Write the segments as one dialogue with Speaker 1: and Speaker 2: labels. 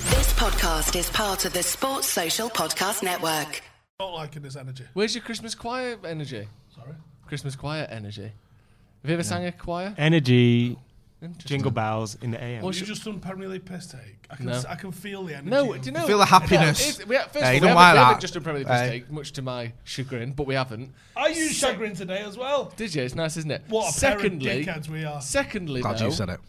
Speaker 1: podcast is part of the Sports Social Podcast Network.
Speaker 2: Not liking this energy.
Speaker 3: Where's your Christmas choir energy?
Speaker 2: Sorry.
Speaker 3: Christmas choir energy. Have you ever sang a choir?
Speaker 4: Energy,
Speaker 3: Interesting.
Speaker 4: jingle bells in the AM.
Speaker 3: Well,
Speaker 2: You
Speaker 3: Should-
Speaker 2: just done Premier League piss take. I can,
Speaker 3: No.
Speaker 2: s- I can feel the energy.
Speaker 3: No,
Speaker 2: of-
Speaker 3: do you know?
Speaker 5: Feel the happiness.
Speaker 3: No, it's- we ha- first
Speaker 5: Yeah,
Speaker 3: of all,
Speaker 5: you
Speaker 3: we
Speaker 5: don't
Speaker 3: haven't-
Speaker 5: like
Speaker 3: we haven't
Speaker 5: that.
Speaker 3: just done Premier League
Speaker 5: Aye.
Speaker 3: mistake, much to my chagrin, but we haven't.
Speaker 2: Are you chagrin today as well?
Speaker 3: Did you? It's nice, isn't it?
Speaker 2: Oh. What a pair of
Speaker 3: secondly,
Speaker 2: dickheads we are.
Speaker 3: secondly,
Speaker 5: Glad
Speaker 3: though,
Speaker 5: you said it.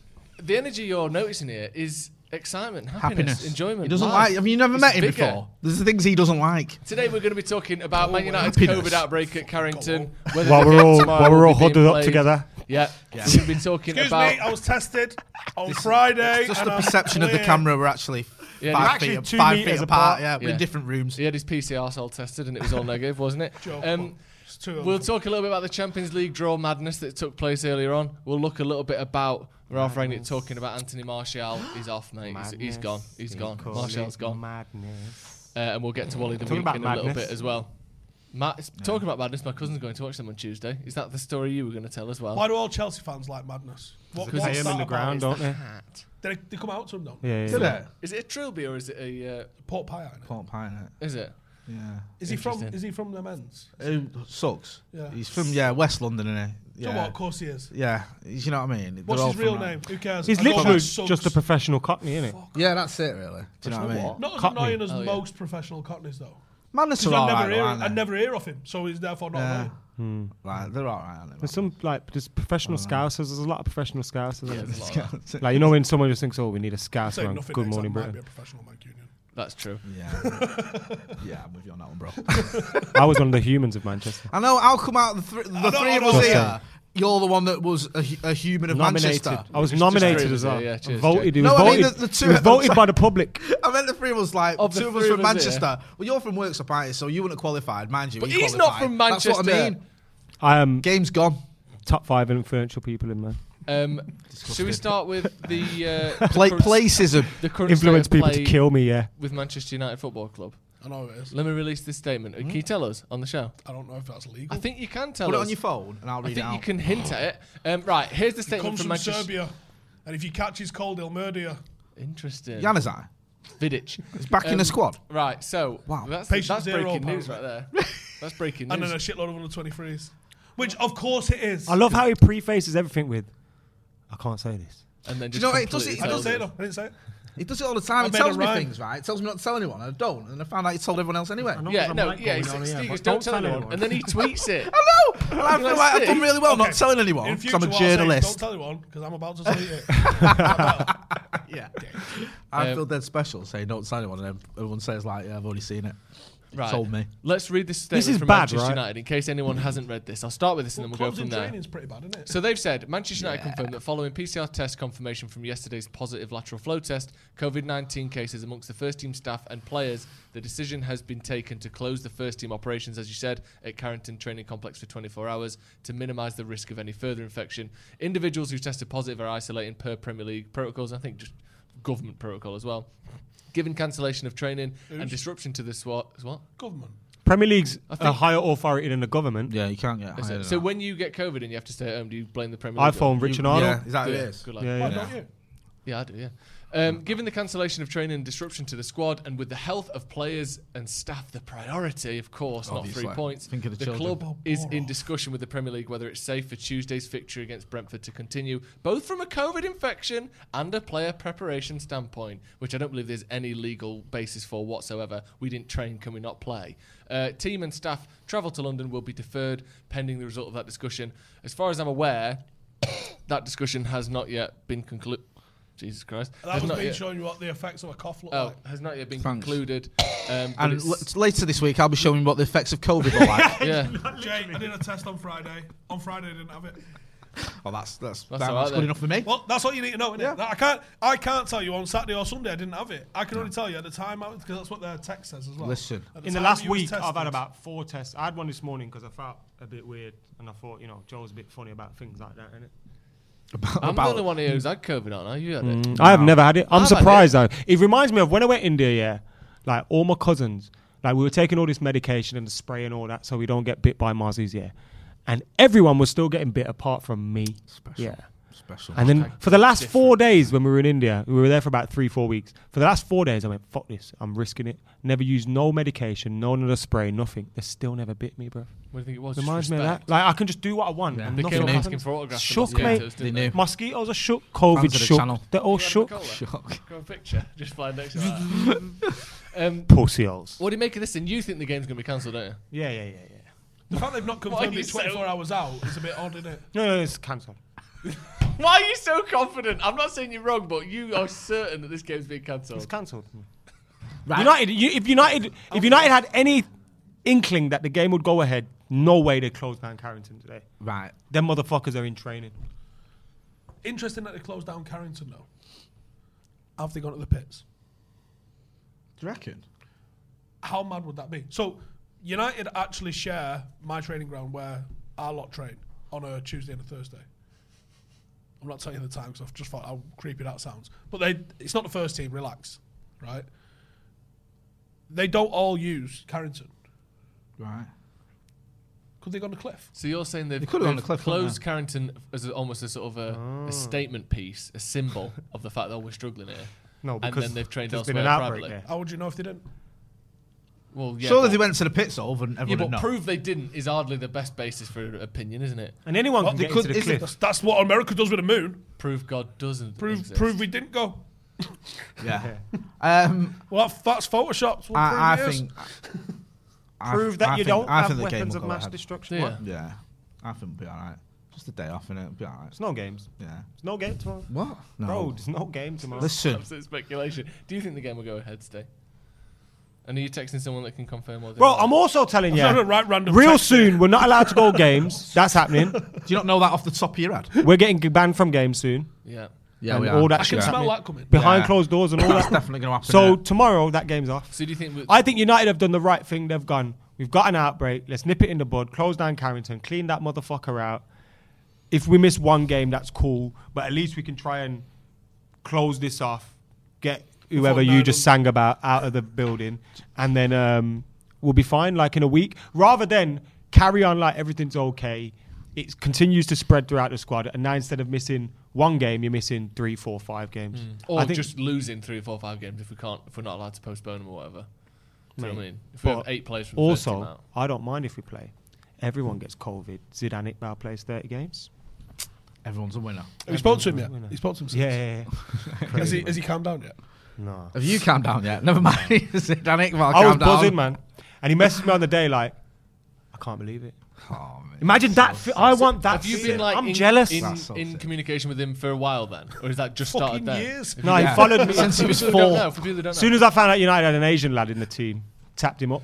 Speaker 3: the energy you're noticing here is excitement, happiness,
Speaker 5: Happiness.
Speaker 3: enjoyment.
Speaker 5: He doesn't
Speaker 3: life.
Speaker 5: like. Have you never
Speaker 3: It's
Speaker 5: met him
Speaker 3: bigger.
Speaker 5: before? There's the things he doesn't like.
Speaker 3: Today we're going to be talking about Man United's
Speaker 5: happiness.
Speaker 3: COVID outbreak at Carrington. whether
Speaker 4: while
Speaker 3: the
Speaker 4: we're
Speaker 3: game
Speaker 4: all
Speaker 3: tomorrow
Speaker 4: while
Speaker 3: will
Speaker 4: we're all
Speaker 3: be being
Speaker 4: huddled up
Speaker 3: played.
Speaker 4: together.
Speaker 3: Yeah, we're going to be talking
Speaker 2: Excuse
Speaker 3: about.
Speaker 2: me, I was tested on Friday.
Speaker 5: Just
Speaker 2: and
Speaker 5: the
Speaker 2: I'm
Speaker 5: perception of the
Speaker 2: clear.
Speaker 5: camera. We're actually
Speaker 3: Yeah,
Speaker 5: five
Speaker 4: actually
Speaker 5: feet,
Speaker 4: two
Speaker 5: five
Speaker 4: metres
Speaker 5: feet
Speaker 4: apart.
Speaker 5: apart. Yeah, we're
Speaker 3: Yeah.
Speaker 5: in different rooms.
Speaker 3: He had his PCR cell tested and it was all negative, wasn't it?
Speaker 2: Joke.
Speaker 3: Um,
Speaker 2: It's two of
Speaker 3: We'll
Speaker 2: them.
Speaker 3: talk a little bit about the Champions League draw madness that took place earlier on. We'll look a little bit about Ralph Rangnick talking about Anthony Martial. He's off, mate. He's, he's gone. He's gone. Martial's gone.
Speaker 4: Madness.
Speaker 3: Uh, and we'll get to Wally the
Speaker 4: Talking
Speaker 3: Week
Speaker 4: about
Speaker 3: in a little
Speaker 4: madness.
Speaker 3: bit as well. Matt, s- talking about madness, my cousin's going to watch them on Tuesday. Is that the story you were going to tell as well?
Speaker 2: Why do all Chelsea fans like madness? What,
Speaker 4: Because
Speaker 2: what's
Speaker 4: they him
Speaker 2: that
Speaker 4: in the
Speaker 2: about?
Speaker 4: ground, don't they?
Speaker 2: They, they come out to him, don't they?
Speaker 4: Yeah, yeah,
Speaker 5: Did
Speaker 4: yeah.
Speaker 5: it?
Speaker 3: Is it a trilby or is it a? Uh,
Speaker 2: Port pie, isn't it?
Speaker 5: Can't pine it.
Speaker 3: is it?
Speaker 5: Yeah.
Speaker 2: Is he from?
Speaker 3: Interesting.
Speaker 2: Is he from the men's?
Speaker 5: It sucks.
Speaker 2: Yeah.
Speaker 5: He's from yeah West London, isn't he?
Speaker 2: Yeah.
Speaker 5: Yeah.
Speaker 2: what? Of course he is.
Speaker 5: Yeah. He's- You know what I mean? They're
Speaker 2: What's
Speaker 5: all
Speaker 2: his
Speaker 5: from
Speaker 2: real
Speaker 5: that.
Speaker 2: name? Who cares?
Speaker 4: He's
Speaker 2: I know
Speaker 4: literally
Speaker 2: that sucks.
Speaker 4: just a professional cockney, isn't it?
Speaker 5: Yeah, that's it really. Do you know what I mean?
Speaker 2: Not as
Speaker 4: Cockney.
Speaker 2: annoying as
Speaker 3: Oh, yeah.
Speaker 2: most professional cockneys though.
Speaker 5: Madness
Speaker 2: Because
Speaker 5: are
Speaker 2: I
Speaker 5: all
Speaker 2: never
Speaker 5: right,
Speaker 2: hear,
Speaker 5: though, aren't
Speaker 2: I
Speaker 5: they?
Speaker 2: never hear of him, so he's therefore not
Speaker 5: Yeah.
Speaker 2: annoying.
Speaker 5: Like they're all right, aren't they?
Speaker 4: There's some like there's professional scousers. There's a lot of professional scousers. isn't
Speaker 3: Yeah,
Speaker 4: there?
Speaker 3: there's a lot of that.
Speaker 4: Like you know when someone just thinks, oh, we need a
Speaker 2: Say
Speaker 4: scouser on
Speaker 2: nothing
Speaker 4: Good
Speaker 2: next,
Speaker 4: Morning
Speaker 2: I might be
Speaker 4: Britain.
Speaker 2: a professional Mancunian.
Speaker 3: That's true.
Speaker 5: Yeah. yeah, I'm with you on that one, bro.
Speaker 4: I was one of the humans of Manchester.
Speaker 5: I know. I'll come out the, thr- the
Speaker 2: know,
Speaker 5: three
Speaker 2: I
Speaker 5: of
Speaker 2: know.
Speaker 5: us
Speaker 4: Just
Speaker 5: here. You're the one that was a, hu- a human of
Speaker 4: Nominated.
Speaker 5: Manchester.
Speaker 4: I was
Speaker 3: Just- just
Speaker 4: nominated
Speaker 3: agree
Speaker 4: as
Speaker 3: with
Speaker 4: well.
Speaker 3: you, yeah, cheers,
Speaker 4: voted. He
Speaker 5: Jake.
Speaker 4: was
Speaker 5: No, I mean
Speaker 4: voted.
Speaker 5: the- the two-
Speaker 4: he was
Speaker 5: I'm
Speaker 4: voted
Speaker 5: sorry.
Speaker 4: by the public.
Speaker 5: I meant the three of us, like
Speaker 3: Of the
Speaker 5: two of us
Speaker 3: three
Speaker 5: from
Speaker 3: of us
Speaker 5: Manchester. Well, you're from Works up, aren't you? so you wouldn't have qualified, mind you.
Speaker 3: But
Speaker 5: you
Speaker 3: he's not
Speaker 5: qualified.
Speaker 3: from
Speaker 5: That's what I
Speaker 3: Manchester.
Speaker 5: mean.
Speaker 4: I am
Speaker 5: Game's gone.
Speaker 4: top five influential people in man.
Speaker 3: Um, should we start with the uh,
Speaker 5: Play,
Speaker 3: the current-
Speaker 5: placism.
Speaker 3: the current
Speaker 4: Influence
Speaker 3: state of
Speaker 4: people to
Speaker 3: play
Speaker 4: kill me. Yeah.
Speaker 3: with Manchester United Football Club?
Speaker 2: I know it is.
Speaker 3: Let me release this statement. Can you tell us on the show?
Speaker 2: I don't know if that's legal.
Speaker 3: I think you can tell
Speaker 5: Hmm? Oh. Put it
Speaker 3: us.
Speaker 5: on your phone, and I'll
Speaker 3: I
Speaker 5: read it
Speaker 3: think
Speaker 5: out.
Speaker 3: you can hint at it. Um, right, here's the
Speaker 2: He
Speaker 3: statement
Speaker 2: comes
Speaker 3: from
Speaker 2: from
Speaker 3: Manchester.
Speaker 2: Serbia, and if you catch his cold, he'll murder you.
Speaker 3: Interesting.
Speaker 5: Januzaj
Speaker 3: Vidic.
Speaker 5: is back in
Speaker 3: Um,
Speaker 5: the squad.
Speaker 3: Right, so
Speaker 5: Wow.
Speaker 3: that's,
Speaker 2: Patient
Speaker 3: that's
Speaker 2: zero,
Speaker 3: breaking news right
Speaker 2: apparently.
Speaker 3: there. That's breaking
Speaker 2: And then a
Speaker 3: news.
Speaker 2: shitload of under 23s. Which, of course, it is.
Speaker 4: I love how he prefaces everything with, "I can't say this."
Speaker 3: And then
Speaker 5: Do
Speaker 3: just
Speaker 5: you know what, it does
Speaker 3: completely
Speaker 5: it-
Speaker 2: I
Speaker 3: tells
Speaker 2: don't say it,
Speaker 3: us.
Speaker 2: though. I didn't say it.
Speaker 5: He does it all the time.
Speaker 2: I
Speaker 5: He
Speaker 2: made
Speaker 5: tells
Speaker 2: a
Speaker 5: me
Speaker 2: rhyme.
Speaker 5: things, right? He tells me not to tell anyone, and I don't. And I found out he told everyone else anyway. I know.
Speaker 3: Yeah,
Speaker 4: I'm
Speaker 3: no,
Speaker 4: like
Speaker 3: yeah,
Speaker 4: going
Speaker 3: he's
Speaker 4: on, yeah,
Speaker 3: Steve,
Speaker 4: but
Speaker 3: don't, tell anyone. And then he tweets it.
Speaker 5: And I feel
Speaker 3: Let's
Speaker 5: like
Speaker 3: see.
Speaker 5: I've done really well
Speaker 2: Okay.
Speaker 5: not telling anyone
Speaker 2: In
Speaker 5: because
Speaker 2: future,
Speaker 5: I'm a
Speaker 2: I'll say, don't
Speaker 5: journalist.
Speaker 2: tell anyone, because I'm about to tweet it.
Speaker 5: yeah. I
Speaker 3: Um,
Speaker 5: feel dead special saying don't tell anyone, and then everyone says like, "Yeah, I've already seen it."
Speaker 3: Right.
Speaker 5: Told me.
Speaker 3: Let's read this statement
Speaker 4: This is
Speaker 3: from
Speaker 4: bad,
Speaker 3: Manchester
Speaker 4: right?
Speaker 3: United in case anyone hasn't read this. I'll start with this and then we'll go
Speaker 2: Clubs
Speaker 3: from
Speaker 2: in
Speaker 3: there.
Speaker 2: training's pretty bad, isn't it?
Speaker 3: So they've said Manchester United confirmed that following PCR test confirmation from yesterday's positive lateral flow test, COVID 19 cases amongst the first team staff and players, the decision has been taken to close the first team operations, as you said, at Carrington Training Complex for 24 hours to minimise the risk of any further infection. Individuals who tested positive are isolating per Premier League protocols, I think just government protocol as well. Given cancellation of training and disruption to the SWAT. What?
Speaker 2: Government.
Speaker 4: Premier League's a
Speaker 3: think-
Speaker 4: higher authority than the government.
Speaker 5: Yeah, you can't get.
Speaker 3: Is it- So when you get COVID and you have to stay at home, do you blame the Premier
Speaker 4: I
Speaker 3: League?
Speaker 4: phoned Richard
Speaker 5: yeah,
Speaker 4: Arnold.
Speaker 5: is that
Speaker 3: Do
Speaker 5: who it
Speaker 3: you?
Speaker 5: is?
Speaker 3: Good luck.
Speaker 4: Yeah, yeah.
Speaker 2: Why don't you?
Speaker 3: Yeah, I do. Yeah. Um, given the cancellation of training and disruption to the squad, and with the health of players and staff the priority, of course,
Speaker 5: Obviously.
Speaker 3: not three points,
Speaker 5: Think of the children.
Speaker 3: club is in discussion with the Premier League whether it's safe for Tuesday's victory against Brentford to continue, both from a COVID infection and a player preparation standpoint, which I don't believe there's any legal basis for whatsoever. We didn't train, can we not play? Uh, team and staff travel to London will be deferred pending the result of that discussion. As far as I'm aware, that discussion has not yet been concluded. Jesus Christ.
Speaker 2: That
Speaker 3: has
Speaker 2: was
Speaker 3: not
Speaker 2: me
Speaker 3: yet,
Speaker 2: showing you what the effects of a cough look
Speaker 3: oh,
Speaker 2: like.
Speaker 3: has not yet been
Speaker 5: Thanks.
Speaker 3: concluded. Um, but
Speaker 5: And
Speaker 3: it's-
Speaker 5: l- later this week, I'll be showing you what the effects of COVID are like.
Speaker 3: yeah,
Speaker 2: Jay, I did a test on Friday. On Friday, I didn't have it.
Speaker 5: oh, that's that's
Speaker 3: That's
Speaker 5: that's,
Speaker 3: all right
Speaker 5: good
Speaker 3: then.
Speaker 5: enough for me.
Speaker 2: Well, that's all you need to know, innit? I can't, I can't tell you on Saturday or Sunday I didn't have it. I can only tell you at the time because that's what their text says as well.
Speaker 5: Listen.
Speaker 2: At
Speaker 4: In the
Speaker 2: time
Speaker 4: last
Speaker 2: you was
Speaker 4: week, I've
Speaker 2: tested-
Speaker 4: had about four tests. I had one this morning because I felt a bit weird, and I thought, you know, Joe's a bit funny about things like that, innit?
Speaker 5: About,
Speaker 3: I'm the
Speaker 5: about-
Speaker 3: only one here who's had COVID, aren't I? You had it.
Speaker 4: I have never had it. I'm
Speaker 3: I've had
Speaker 4: surprised though. It reminds me of when I went India. Yeah, like all my cousins, like we were taking all this medication and the spray and all that, so we don't get bit by Mozzies. Yeah, and everyone was still getting bit apart from me. Yeah,
Speaker 5: Special.
Speaker 4: And then for the last four days when we were in India, we were there for about three, four weeks. For the last four days, I went, fuck this, I'm risking it. Never used no medication, no another spray, nothing. They still never bit me, bro.
Speaker 3: What do you think it was?
Speaker 4: Reminds
Speaker 3: Just
Speaker 4: me of
Speaker 3: respect.
Speaker 4: that. Like, I can just do what I want.
Speaker 5: Yeah.
Speaker 4: And
Speaker 3: They
Speaker 5: They
Speaker 4: nothing
Speaker 3: came up
Speaker 4: happens.
Speaker 3: asking for autographs. from
Speaker 4: Shook,
Speaker 3: the
Speaker 4: mate.
Speaker 3: skaters,
Speaker 5: They
Speaker 3: didn't
Speaker 5: knew.
Speaker 4: Mosquitoes are shook, COVID
Speaker 5: Fans of the
Speaker 4: shook.
Speaker 5: channel.
Speaker 4: They're all
Speaker 3: You had
Speaker 4: shook.
Speaker 3: Nicola?
Speaker 5: Shock.
Speaker 3: Got a picture. Just flying next to that. um,
Speaker 4: Pussy holes.
Speaker 3: what do you make of this? And you think the game's going to be cancelled, don't you?
Speaker 4: Yeah, yeah, yeah, yeah.
Speaker 2: The fact they've not confirmed
Speaker 3: you
Speaker 2: it's 24
Speaker 3: so-
Speaker 2: hours out is a bit odd, isn't it?
Speaker 4: No, no, it's cancelled.
Speaker 3: Why are you so confident? I'm not saying you're wrong, but you are certain that this game's being
Speaker 4: It's
Speaker 3: cancelled.
Speaker 4: cancelled.
Speaker 5: Right.
Speaker 4: United, you, if United, if United had any inkling that the game would go ahead, no way they closed down Carrington today.
Speaker 5: Right.
Speaker 4: Them motherfuckers are in training.
Speaker 2: Interesting that they closed down Carrington, though. Have they gone to the pits?
Speaker 5: Do you reckon?
Speaker 2: How mad would that be? So, United actually share my training ground where our lot train on a Tuesday and a Thursday. I'm not telling you the time because I've just thought how creepy that sounds. But they, it's not the first team, relax, right? They don't all use Carrington.
Speaker 5: Right.
Speaker 2: Could they go on the cliff?
Speaker 3: So you're saying they've,
Speaker 5: They could've gone
Speaker 3: they've
Speaker 5: to Cliff, couldn't
Speaker 3: closed Carrington as a, almost a sort of a,
Speaker 4: Ah.
Speaker 3: a statement piece, a symbol of the fact that we're struggling here.
Speaker 4: No,
Speaker 3: and
Speaker 4: because
Speaker 3: then they've trained
Speaker 4: there's
Speaker 3: elsewhere
Speaker 4: been an outbreak
Speaker 3: privately.
Speaker 4: there.
Speaker 2: How would you know if they didn't?
Speaker 3: Well, yeah,
Speaker 5: Surely
Speaker 3: but,
Speaker 5: they went to the pits over and
Speaker 3: yeah,
Speaker 5: everyone
Speaker 3: but
Speaker 5: would know.
Speaker 3: prove they didn't is hardly the best basis for opinion, isn't
Speaker 5: Oh,
Speaker 3: it?
Speaker 4: And anyone
Speaker 2: Well,
Speaker 4: can
Speaker 2: they
Speaker 4: get
Speaker 5: could-
Speaker 4: into the
Speaker 5: is it-
Speaker 4: cliff.
Speaker 2: That's, that's what America does with the moon.
Speaker 3: Prove God doesn't.
Speaker 2: Prove,
Speaker 3: exist.
Speaker 2: prove we didn't go.
Speaker 5: yeah. um,
Speaker 2: Well, that- that's photoshopped. We'll prove
Speaker 5: I, I
Speaker 2: it is.
Speaker 5: think. I-
Speaker 4: Prove that
Speaker 5: I
Speaker 4: you
Speaker 5: think-
Speaker 4: don't
Speaker 5: I
Speaker 4: have
Speaker 5: think the game
Speaker 4: weapons
Speaker 5: will
Speaker 4: of
Speaker 5: go
Speaker 4: mass
Speaker 5: ahead.
Speaker 4: destruction.
Speaker 3: Yeah.
Speaker 4: What?
Speaker 5: Yeah. I think we'll be alright. Just a day off, innit? It'll be alright.
Speaker 4: It's no games.
Speaker 5: Yeah.
Speaker 4: It's no game tomorrow.
Speaker 5: What? No.
Speaker 4: Bro, there's no game tomorrow.
Speaker 5: Listen.
Speaker 3: Absolute speculation. Do you think the game will go ahead today? And are you texting someone that can confirm or
Speaker 4: Bro,
Speaker 3: deny?
Speaker 4: I'm also telling you,
Speaker 2: not gonna write random
Speaker 4: real
Speaker 2: text
Speaker 4: soon, we're not allowed to go games. That's happening.
Speaker 5: Do you not know that off the top of your head?
Speaker 4: We're getting banned from games soon.
Speaker 3: Yeah.
Speaker 5: Yeah,
Speaker 4: And all that
Speaker 2: I can
Speaker 4: shit's
Speaker 2: smell
Speaker 4: happening.
Speaker 2: that coming.
Speaker 4: Behind
Speaker 5: Yeah.
Speaker 4: closed doors and all
Speaker 5: That's
Speaker 4: that.
Speaker 5: definitely going to happen.
Speaker 4: So
Speaker 5: innit?
Speaker 4: tomorrow, that game's off.
Speaker 3: So do you think? we-
Speaker 4: I think United have done the right thing. They've gone. We've got an outbreak. Let's nip it in the bud. Close down Carrington. Clean that motherfucker out. If we miss one game, that's cool. But at least we can try and close this off. Get whoever you
Speaker 2: Nigel-
Speaker 4: just sang about out of the building, and then um, we'll be fine. Like in a week, rather than carry on like everything's okay. It continues to spread throughout the squad, and now instead of missing one game, you're missing three, four, five games.
Speaker 3: Mm. or
Speaker 4: I think
Speaker 3: just losing three or four, five games if we can't, if we're not allowed to postpone them or whatever. Do you know what I mean? If we have
Speaker 4: But
Speaker 3: eight players from the first team
Speaker 4: Also,
Speaker 3: out.
Speaker 4: I don't mind if we play. Everyone gets COVID. Zidane Iqbal plays 30 games.
Speaker 5: Everyone's a winner.
Speaker 2: Have you spoke to him yet? He spoke to him. since?
Speaker 4: Yeah, yeah,
Speaker 2: Has he, has he calmed down yet?
Speaker 4: No.
Speaker 5: Have you calmed down yet? Never mind. Danik, well,
Speaker 4: I was
Speaker 5: calm down.
Speaker 4: buzzing, man. And he messaged me on the day like, I can't believe it.
Speaker 5: Oh, man.
Speaker 4: Imagine that. fe- I want that.
Speaker 3: Have you
Speaker 4: feeling.
Speaker 3: been like
Speaker 4: I'm
Speaker 3: in,
Speaker 4: jealous.
Speaker 3: in,
Speaker 5: That's so
Speaker 3: in
Speaker 5: sick.
Speaker 3: communication with him for a while then, or is that just started
Speaker 2: Fucking
Speaker 3: there?
Speaker 2: years.
Speaker 4: no, he
Speaker 5: Yeah.
Speaker 4: followed me.
Speaker 5: Since he was
Speaker 3: People don't
Speaker 5: four.
Speaker 3: know, for people who don't
Speaker 4: As soon
Speaker 3: know.
Speaker 4: as I found out United had an Asian lad in the team, tapped him up.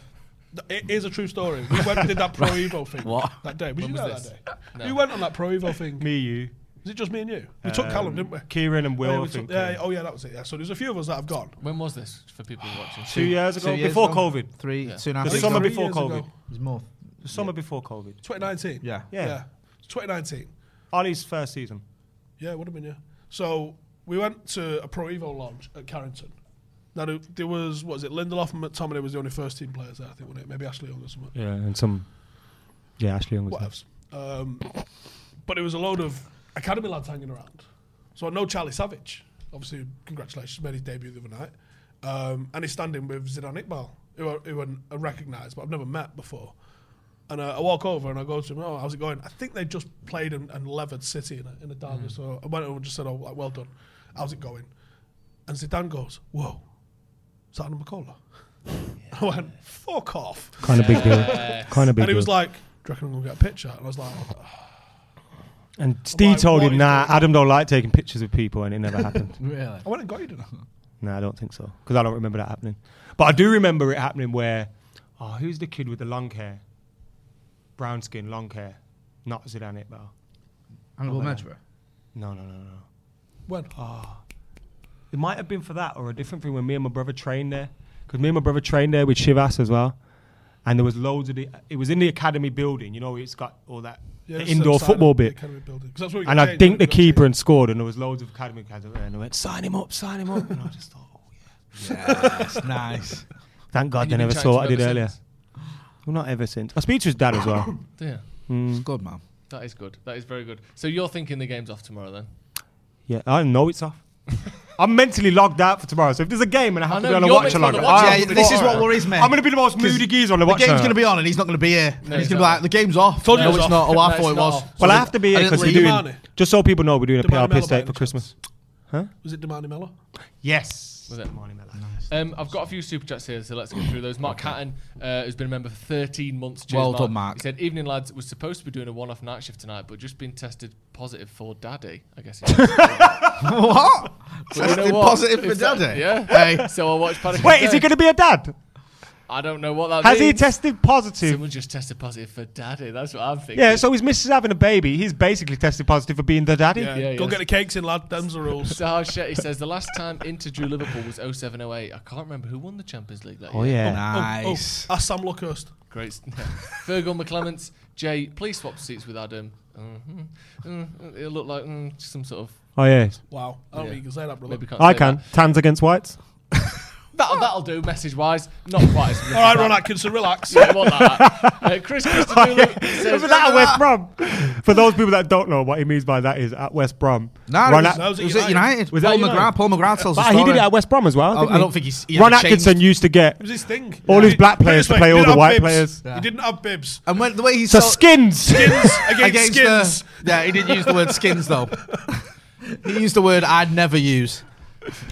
Speaker 2: It is a true story. We went and did that Pro Evo thing
Speaker 5: What?
Speaker 2: that day. Was
Speaker 3: When
Speaker 2: you
Speaker 3: was
Speaker 2: there
Speaker 3: this?
Speaker 2: that day?
Speaker 3: No.
Speaker 2: We went on that Pro Evo thing.
Speaker 4: Me, you.
Speaker 2: Was it just me and you? We took
Speaker 4: um,
Speaker 2: Callum, didn't we?
Speaker 4: Kieran and Will,
Speaker 2: yeah,
Speaker 4: I
Speaker 2: we
Speaker 4: think.
Speaker 2: took, yeah, oh yeah, that was it. Yeah. So there's a few of us that have gone.
Speaker 3: When was this for people watching?
Speaker 4: Two years ago, before COVID.
Speaker 5: Three,
Speaker 3: Yeah.
Speaker 5: two and a half
Speaker 4: The
Speaker 5: weeks
Speaker 4: summer
Speaker 5: ago.
Speaker 4: before
Speaker 2: years ago.
Speaker 4: COVID.
Speaker 5: It was more.
Speaker 4: The summer before COVID.
Speaker 2: 2019.
Speaker 5: Yeah.
Speaker 4: Yeah.
Speaker 2: yeah. 2019.
Speaker 4: Ollie's first season.
Speaker 2: Yeah, it would have been, yeah. So we went to a Pro Evo launch at Carrington. Now, there- there was, what was it, Lindelof and McTominay was the only first team players there, I think, wasn't it? Maybe Ashley Young or something.
Speaker 4: Yeah, and some. Yeah, Ashley Young was there.
Speaker 2: Whatevs. Um, but it was a load of academy lads hanging around. So I know Charlie Savage, obviously, congratulations, made his debut the other night. Um, and he's standing with Zidane Iqbal, who, I, who I- I recognise, but I've never met before. And uh, I walk over and I go to him, oh, how's it going? I think they just played and, and leathered City in a, in a
Speaker 4: Mm.
Speaker 2: derby. So I went over and just said, oh, like, well done. How's it going? And Zidane goes, whoa, is that Anna McCullough? I went, fuck off.
Speaker 4: Kind of big deal. Kind of big
Speaker 2: and he was
Speaker 4: deal.
Speaker 2: like, do you reckon I'm going to get a picture? And I was like, "Oh,
Speaker 4: and Steve
Speaker 2: like,
Speaker 4: told
Speaker 2: what
Speaker 4: him,
Speaker 2: is
Speaker 4: nah,
Speaker 2: going on?"
Speaker 4: Adam don't like taking pictures of people, and it never happened.
Speaker 5: Really?
Speaker 2: I went and got you dinner.
Speaker 4: nah, I don't think so. Because I don't remember that happening. But I do remember it happening where, oh, who's the kid with the long hair? Brown skin, long hair. Not Zidane Iqbal.
Speaker 5: Annabelle Medra.
Speaker 4: No, no, no, no.
Speaker 2: When?
Speaker 4: It might have been for that or a different thing when me and my brother trained there. Because me and my brother trained there with Shivas as well. And there was loads of the, it was in the academy building, you know, it's got all that the
Speaker 2: it's
Speaker 4: indoor
Speaker 2: outside
Speaker 4: football
Speaker 2: of the
Speaker 4: bit.
Speaker 2: academy building, 'cause that's what we
Speaker 4: And
Speaker 2: got
Speaker 4: I
Speaker 2: changed,
Speaker 4: think
Speaker 2: we
Speaker 4: the
Speaker 2: got changed.
Speaker 4: keeper and scored, and there was loads of academy guys up there, and they went, "Sign him up, sign him up." And I just thought, oh, yeah.
Speaker 5: Yes, nice.
Speaker 4: thank
Speaker 3: And
Speaker 4: God they
Speaker 3: you've been
Speaker 4: never
Speaker 3: chatting
Speaker 4: saw
Speaker 3: to
Speaker 4: what I
Speaker 3: him
Speaker 4: did
Speaker 3: ever
Speaker 4: earlier.
Speaker 3: since?
Speaker 4: Well, not ever since. I speak to his dad as well.
Speaker 3: Yeah.
Speaker 5: It's good, man.
Speaker 3: That is good. That is very good. So you're thinking the game's off tomorrow then?
Speaker 4: Yeah, I know it's off. I'm mentally logged out for tomorrow, so if there's a game and I have
Speaker 3: I know,
Speaker 4: to be on a
Speaker 3: you're
Speaker 4: watch
Speaker 3: meant to
Speaker 4: along,
Speaker 3: be on the watch
Speaker 4: I-
Speaker 3: along.
Speaker 5: Yeah, this is what worries me.
Speaker 4: I'm going to be the most moody geezer on the
Speaker 5: The
Speaker 4: watch.
Speaker 5: game's
Speaker 4: along.
Speaker 5: going to be on and he's not going to be here.
Speaker 3: No, it's
Speaker 5: and he's going to
Speaker 3: not.
Speaker 5: be like, the game's off.
Speaker 2: Told you
Speaker 5: no,
Speaker 2: it was
Speaker 5: it's not.
Speaker 3: off.
Speaker 5: Oh,
Speaker 3: No,
Speaker 5: I
Speaker 3: it's
Speaker 5: thought it was.
Speaker 3: not off.
Speaker 4: Well,
Speaker 5: So
Speaker 4: I have to be
Speaker 5: I
Speaker 4: here
Speaker 5: didn't
Speaker 4: because we're
Speaker 5: leave.
Speaker 4: doing.
Speaker 2: Demani.
Speaker 4: Just so people know, we're doing a
Speaker 2: Demani
Speaker 4: PL piss
Speaker 2: Mello by
Speaker 4: date
Speaker 2: any
Speaker 4: for Christmas.
Speaker 2: Was it Demani Mello?
Speaker 4: Yes.
Speaker 3: Was it? Um, I've got a few super chats here, so let's go through those. Mark Hatton, uh, who's been a member for 13 months. Cheers,
Speaker 5: Well done, Mark.
Speaker 3: He said, "Evening lads, was supposed to be doing a one-off night shift tonight, but just been tested positive for daddy. I guess." He said.
Speaker 5: what?
Speaker 3: But you know
Speaker 5: Tested
Speaker 3: what?
Speaker 5: positive for
Speaker 3: If that-
Speaker 5: daddy.
Speaker 3: Yeah. Oh,
Speaker 5: Hey.
Speaker 3: So I watched. Paddock
Speaker 4: Wait, is he
Speaker 3: Day.
Speaker 4: going to be a dad?
Speaker 3: I don't know what that
Speaker 4: Has he
Speaker 3: means.
Speaker 4: tested positive?
Speaker 3: Someone just tested positive for daddy. That's what I'm thinking.
Speaker 4: Yeah, so his missus having a baby. He's basically tested positive for being the daddy.
Speaker 2: Yeah.
Speaker 3: yeah.
Speaker 2: Go get the cakes in, lad. Them's the rules.
Speaker 3: Sahar Shetty says the last time Inter drew Liverpool was 0708. I can't remember who won the Champions League that
Speaker 4: Oh
Speaker 3: year.
Speaker 4: yeah.
Speaker 5: Nice.
Speaker 2: Oh, ask Sam Luckhurst.
Speaker 3: Great. s- Fergal McClements, Jay, please swap seats with Adam. Mm-hmm. Mm, it'll look like mm, some sort of.
Speaker 4: Oh yeah.
Speaker 2: Wow. I don't think you can say that, brother.
Speaker 3: Maybe can't
Speaker 4: I
Speaker 3: say
Speaker 4: can. Tans against whites.
Speaker 3: That. will that'll do, message wise. Not quite as.
Speaker 2: All right, Ron Atkinson, relax.
Speaker 3: Yeah, I want that. Uh, Chris Christodoulou says,
Speaker 4: Remember that at West Brom. For those people that don't know, what he means by that is at West Brom.
Speaker 5: No,
Speaker 4: Ron At-
Speaker 5: it was,
Speaker 2: No, it was at
Speaker 5: was it
Speaker 2: United.
Speaker 5: United?
Speaker 4: Was
Speaker 5: Paul
Speaker 4: that United?
Speaker 5: McGrath. Paul McGrath tells
Speaker 4: But
Speaker 5: the
Speaker 4: he
Speaker 5: story.
Speaker 4: did it at West Brom as well.
Speaker 5: I-
Speaker 4: didn't
Speaker 5: I
Speaker 4: he?
Speaker 5: don't think he's- he
Speaker 4: Ron
Speaker 5: hasn't changed.
Speaker 4: Atkinson used to get
Speaker 2: It was his thing.
Speaker 4: All his
Speaker 2: He-
Speaker 4: black
Speaker 2: put it this
Speaker 4: players to
Speaker 2: way,
Speaker 4: play
Speaker 2: he
Speaker 4: all
Speaker 2: didn't
Speaker 4: the
Speaker 2: have
Speaker 4: white
Speaker 2: bibs.
Speaker 4: players.
Speaker 2: He didn't have bibs.
Speaker 5: And when, the way he
Speaker 4: so
Speaker 5: sold-
Speaker 4: skins.
Speaker 2: Skins against,
Speaker 5: against
Speaker 2: skins.
Speaker 5: The, yeah, he didn't use the word skins though. he used the word I'd never use.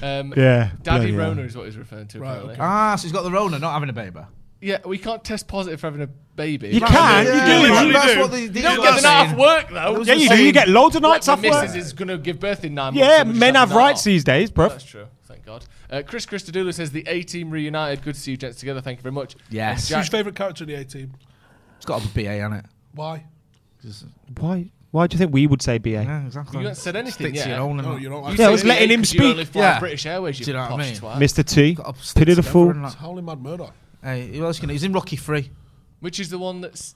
Speaker 3: um,
Speaker 4: yeah.
Speaker 3: Daddy
Speaker 4: bloody hell.
Speaker 3: Rona is what he's referring to.
Speaker 2: Right,
Speaker 3: apparently.
Speaker 2: okay.
Speaker 5: Ah, so he's got the Rona, not having a baby.
Speaker 3: Yeah, we can't test positive for having a baby.
Speaker 4: You can. you
Speaker 5: Yeah,
Speaker 4: do.
Speaker 2: literally
Speaker 5: that's
Speaker 2: do.
Speaker 5: what the, the
Speaker 3: You don't get an off work though.
Speaker 4: Yeah, you do. You get loads of nights
Speaker 3: My
Speaker 4: off work.
Speaker 3: missus is going to give birth in nine months.
Speaker 4: Yeah,
Speaker 3: and we
Speaker 4: men
Speaker 3: just
Speaker 4: have
Speaker 3: that
Speaker 4: rights
Speaker 3: off.
Speaker 4: these days, bruv.
Speaker 3: That's true. Thank God. Uh, Chris Christodoulou says the A team reunited. Good to see you gents together. Thank you very much.
Speaker 5: Yes.
Speaker 3: And
Speaker 2: Who's
Speaker 3: Jack-
Speaker 2: favourite character in the A team?
Speaker 5: It's got to be BA on it.
Speaker 2: Why?
Speaker 4: Why? Why do you think we would say BA?
Speaker 5: Yeah, exactly.
Speaker 3: You haven't said anything
Speaker 5: Stick
Speaker 3: yet.
Speaker 5: to your own.
Speaker 2: No,
Speaker 5: and
Speaker 2: you don't
Speaker 3: you
Speaker 2: like
Speaker 3: say
Speaker 4: Yeah, I was
Speaker 3: the
Speaker 4: letting
Speaker 3: A
Speaker 4: him
Speaker 3: 'cause You only
Speaker 4: speak.
Speaker 3: fly
Speaker 5: Yeah.
Speaker 3: British Airways. You
Speaker 5: Do you know what I
Speaker 3: posh
Speaker 5: mean?
Speaker 3: twat.
Speaker 4: Mr. T,
Speaker 5: Gotta stick
Speaker 4: pity the
Speaker 5: together
Speaker 4: fool.
Speaker 5: and, like,
Speaker 2: Howling Mad Murdoch.
Speaker 5: Hey, who else can? He's in Rocky Three.
Speaker 3: Which is the one that's.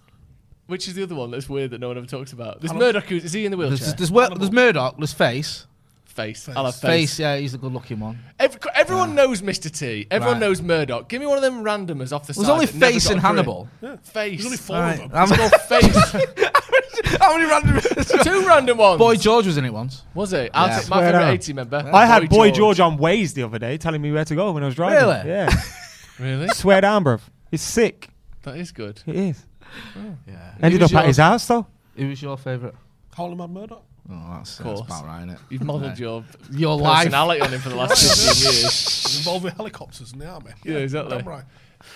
Speaker 3: Which is the other one that's weird that no one ever talks about? There's Murdoch. Who's, is he in the wheelchair?
Speaker 5: There's, there's, there's, Wer- there's Murdoch. There's Face.
Speaker 3: face.
Speaker 2: Face.
Speaker 3: I love face.
Speaker 5: Face. Yeah, he's the good-looking one.
Speaker 3: Ev- everyone knows Mr. T. Everyone
Speaker 5: Right.
Speaker 3: knows Murdoch. Give me one of them randomers off the
Speaker 5: There's
Speaker 3: side.
Speaker 5: only
Speaker 3: that never
Speaker 5: Face
Speaker 3: got
Speaker 5: and
Speaker 3: a career.
Speaker 5: Hannibal.
Speaker 3: Face.
Speaker 2: There's only four
Speaker 5: Alright,
Speaker 2: of them.
Speaker 5: I'm-
Speaker 3: It's called face.
Speaker 5: How many random?
Speaker 3: Two random ones.
Speaker 5: Boy George was in it once.
Speaker 3: Was it? I'll
Speaker 5: Yeah.
Speaker 3: take my
Speaker 4: Swear
Speaker 3: favourite
Speaker 4: down.
Speaker 3: 80 member.
Speaker 4: I had Boy George on Waze the other day telling me where to go when I was driving.
Speaker 5: Really?
Speaker 4: Yeah.
Speaker 3: Really?
Speaker 4: Swear down, bruv. It's sick.
Speaker 3: That is good.
Speaker 4: It is.
Speaker 5: Yeah.
Speaker 4: Ended
Speaker 3: was
Speaker 4: up at his house, though.
Speaker 5: Who was your favourite?
Speaker 2: Howling Mad Murdoch.
Speaker 5: Oh, that's,
Speaker 3: Course.
Speaker 5: that's about right, innit?
Speaker 3: You've modelled your
Speaker 5: Your
Speaker 3: personality on him for the last 15 years.
Speaker 2: He's involved with helicopters in the army.
Speaker 3: Yeah, exactly.
Speaker 2: Damn right.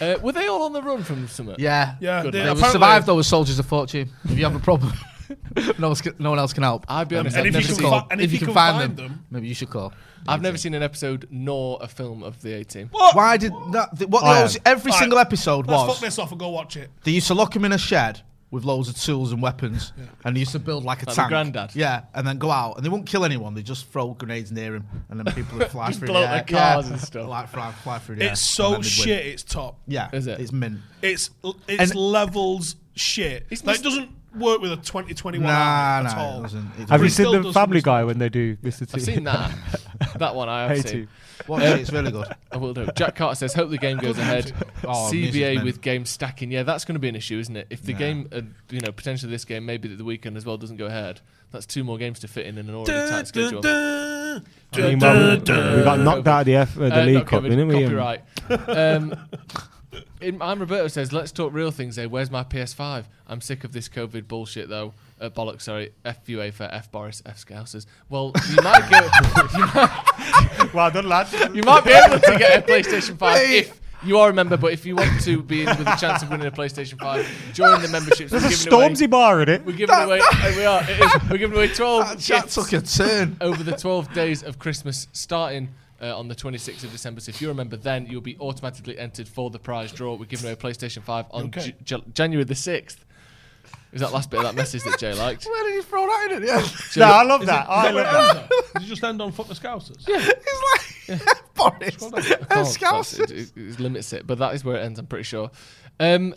Speaker 3: Uh, were they all on the run from summer?
Speaker 5: Yeah.
Speaker 2: Yeah,
Speaker 3: Good
Speaker 2: they,
Speaker 3: man.
Speaker 5: They
Speaker 3: Yeah,
Speaker 5: were
Speaker 2: apparently-
Speaker 5: survived though as soldiers of fortune. If you have a problem, no, else can, no one else can help.
Speaker 3: I'd be honest,
Speaker 2: And
Speaker 3: I've
Speaker 2: if
Speaker 3: never
Speaker 2: you can,
Speaker 3: seen.
Speaker 2: fi- and if you can find, them,
Speaker 5: maybe you should call.
Speaker 3: I've never seen an episode nor a film of the A Team.
Speaker 5: Why did that? th- what
Speaker 4: I
Speaker 5: they always-
Speaker 4: am.
Speaker 5: every
Speaker 2: Right.
Speaker 5: single episode
Speaker 2: let's
Speaker 5: was?
Speaker 2: fuck this off and go watch it.
Speaker 5: They used to lock him in a shed with loads of tools and weapons, and they used to build like a
Speaker 3: Like the
Speaker 5: tank.
Speaker 3: granddad.
Speaker 5: Yeah, and then go out, and they wouldn't kill anyone. They just throw grenades near him, and then people would fly
Speaker 3: Just
Speaker 5: through
Speaker 3: blow
Speaker 5: the
Speaker 3: up
Speaker 5: air.
Speaker 3: their cars
Speaker 5: Yeah.
Speaker 3: and stuff.
Speaker 5: Like fly, fly through the air,
Speaker 2: It's
Speaker 5: and
Speaker 2: so
Speaker 5: then they'd win.
Speaker 2: shit. It's top.
Speaker 5: Yeah,
Speaker 3: Is it?
Speaker 5: It's mint.
Speaker 2: It's l- it's
Speaker 5: And-
Speaker 2: levels shit.
Speaker 3: It's
Speaker 2: like,
Speaker 3: just-
Speaker 2: it doesn't work with a 2021
Speaker 5: Nah,
Speaker 2: army at
Speaker 5: nah,
Speaker 2: all.
Speaker 5: it doesn't. It
Speaker 4: Have
Speaker 5: doesn't.
Speaker 4: you
Speaker 2: But it
Speaker 4: seen
Speaker 2: still
Speaker 4: the
Speaker 2: does
Speaker 4: Family
Speaker 2: some
Speaker 4: Guy when they do Mr. T?
Speaker 3: I've seen that. that one I have
Speaker 4: Hey,
Speaker 3: seen.
Speaker 4: T.
Speaker 5: Watch it, it's really good.
Speaker 3: I will do. Jack Carter says, hope the game goes ahead.
Speaker 5: Oh, music,
Speaker 3: CBA
Speaker 5: man.
Speaker 3: with game stacking. Yeah, that's going to be an issue, isn't it? If the game, uh, you know, potentially this game, maybe the weekend as well, doesn't go ahead, that's two more games to fit in in an already tight schedule.
Speaker 2: Dun,
Speaker 4: I
Speaker 2: dun,
Speaker 4: mean,
Speaker 2: dun,
Speaker 4: well, we,
Speaker 2: dun.
Speaker 4: we got knocked out of the, F, uh, the
Speaker 3: Uh,
Speaker 4: League
Speaker 3: not
Speaker 4: Cup,
Speaker 3: covered.
Speaker 4: didn't we? And-
Speaker 3: Copyright. um, in, I'm Roberto says, let's talk real things. Here. Where's my PS5? I'm sick of this COVID bullshit, though. Uh, bollocks, sorry. F UEFA, F Boris, F Scousers. Well, you might go, you, might,
Speaker 4: Well done, lad.
Speaker 3: you might be able to get a PlayStation 5 if. You are a member, but if you want to be in with a chance of winning a PlayStation 5, join the memberships.
Speaker 4: There's
Speaker 3: We're
Speaker 4: a
Speaker 3: giving away-
Speaker 4: Stormzy bar in it.
Speaker 3: We're giving away. we are. It is, we're giving away twelve
Speaker 5: That chat
Speaker 3: gifts
Speaker 5: took a turn.
Speaker 3: over the twelve days of Christmas, starting uh, on the twenty sixth of December. So if you remember, then you'll be automatically entered for the prize draw. We're giving away a PlayStation Five on
Speaker 2: Okay.
Speaker 3: J- J- January the sixth. Is that last bit of that message that Jay liked?
Speaker 5: Where did you throw that in? It? Yeah, it's
Speaker 4: No, I love that. I
Speaker 2: Is that
Speaker 4: love
Speaker 2: what
Speaker 4: that.
Speaker 2: it is, though? Did you just end on fuck the Scousers? Yeah.
Speaker 5: like Boris.
Speaker 3: Oh,
Speaker 5: and
Speaker 3: that's-
Speaker 5: Scousers.
Speaker 3: it, it- it limits it, but that is where it ends. I'm pretty sure. Um,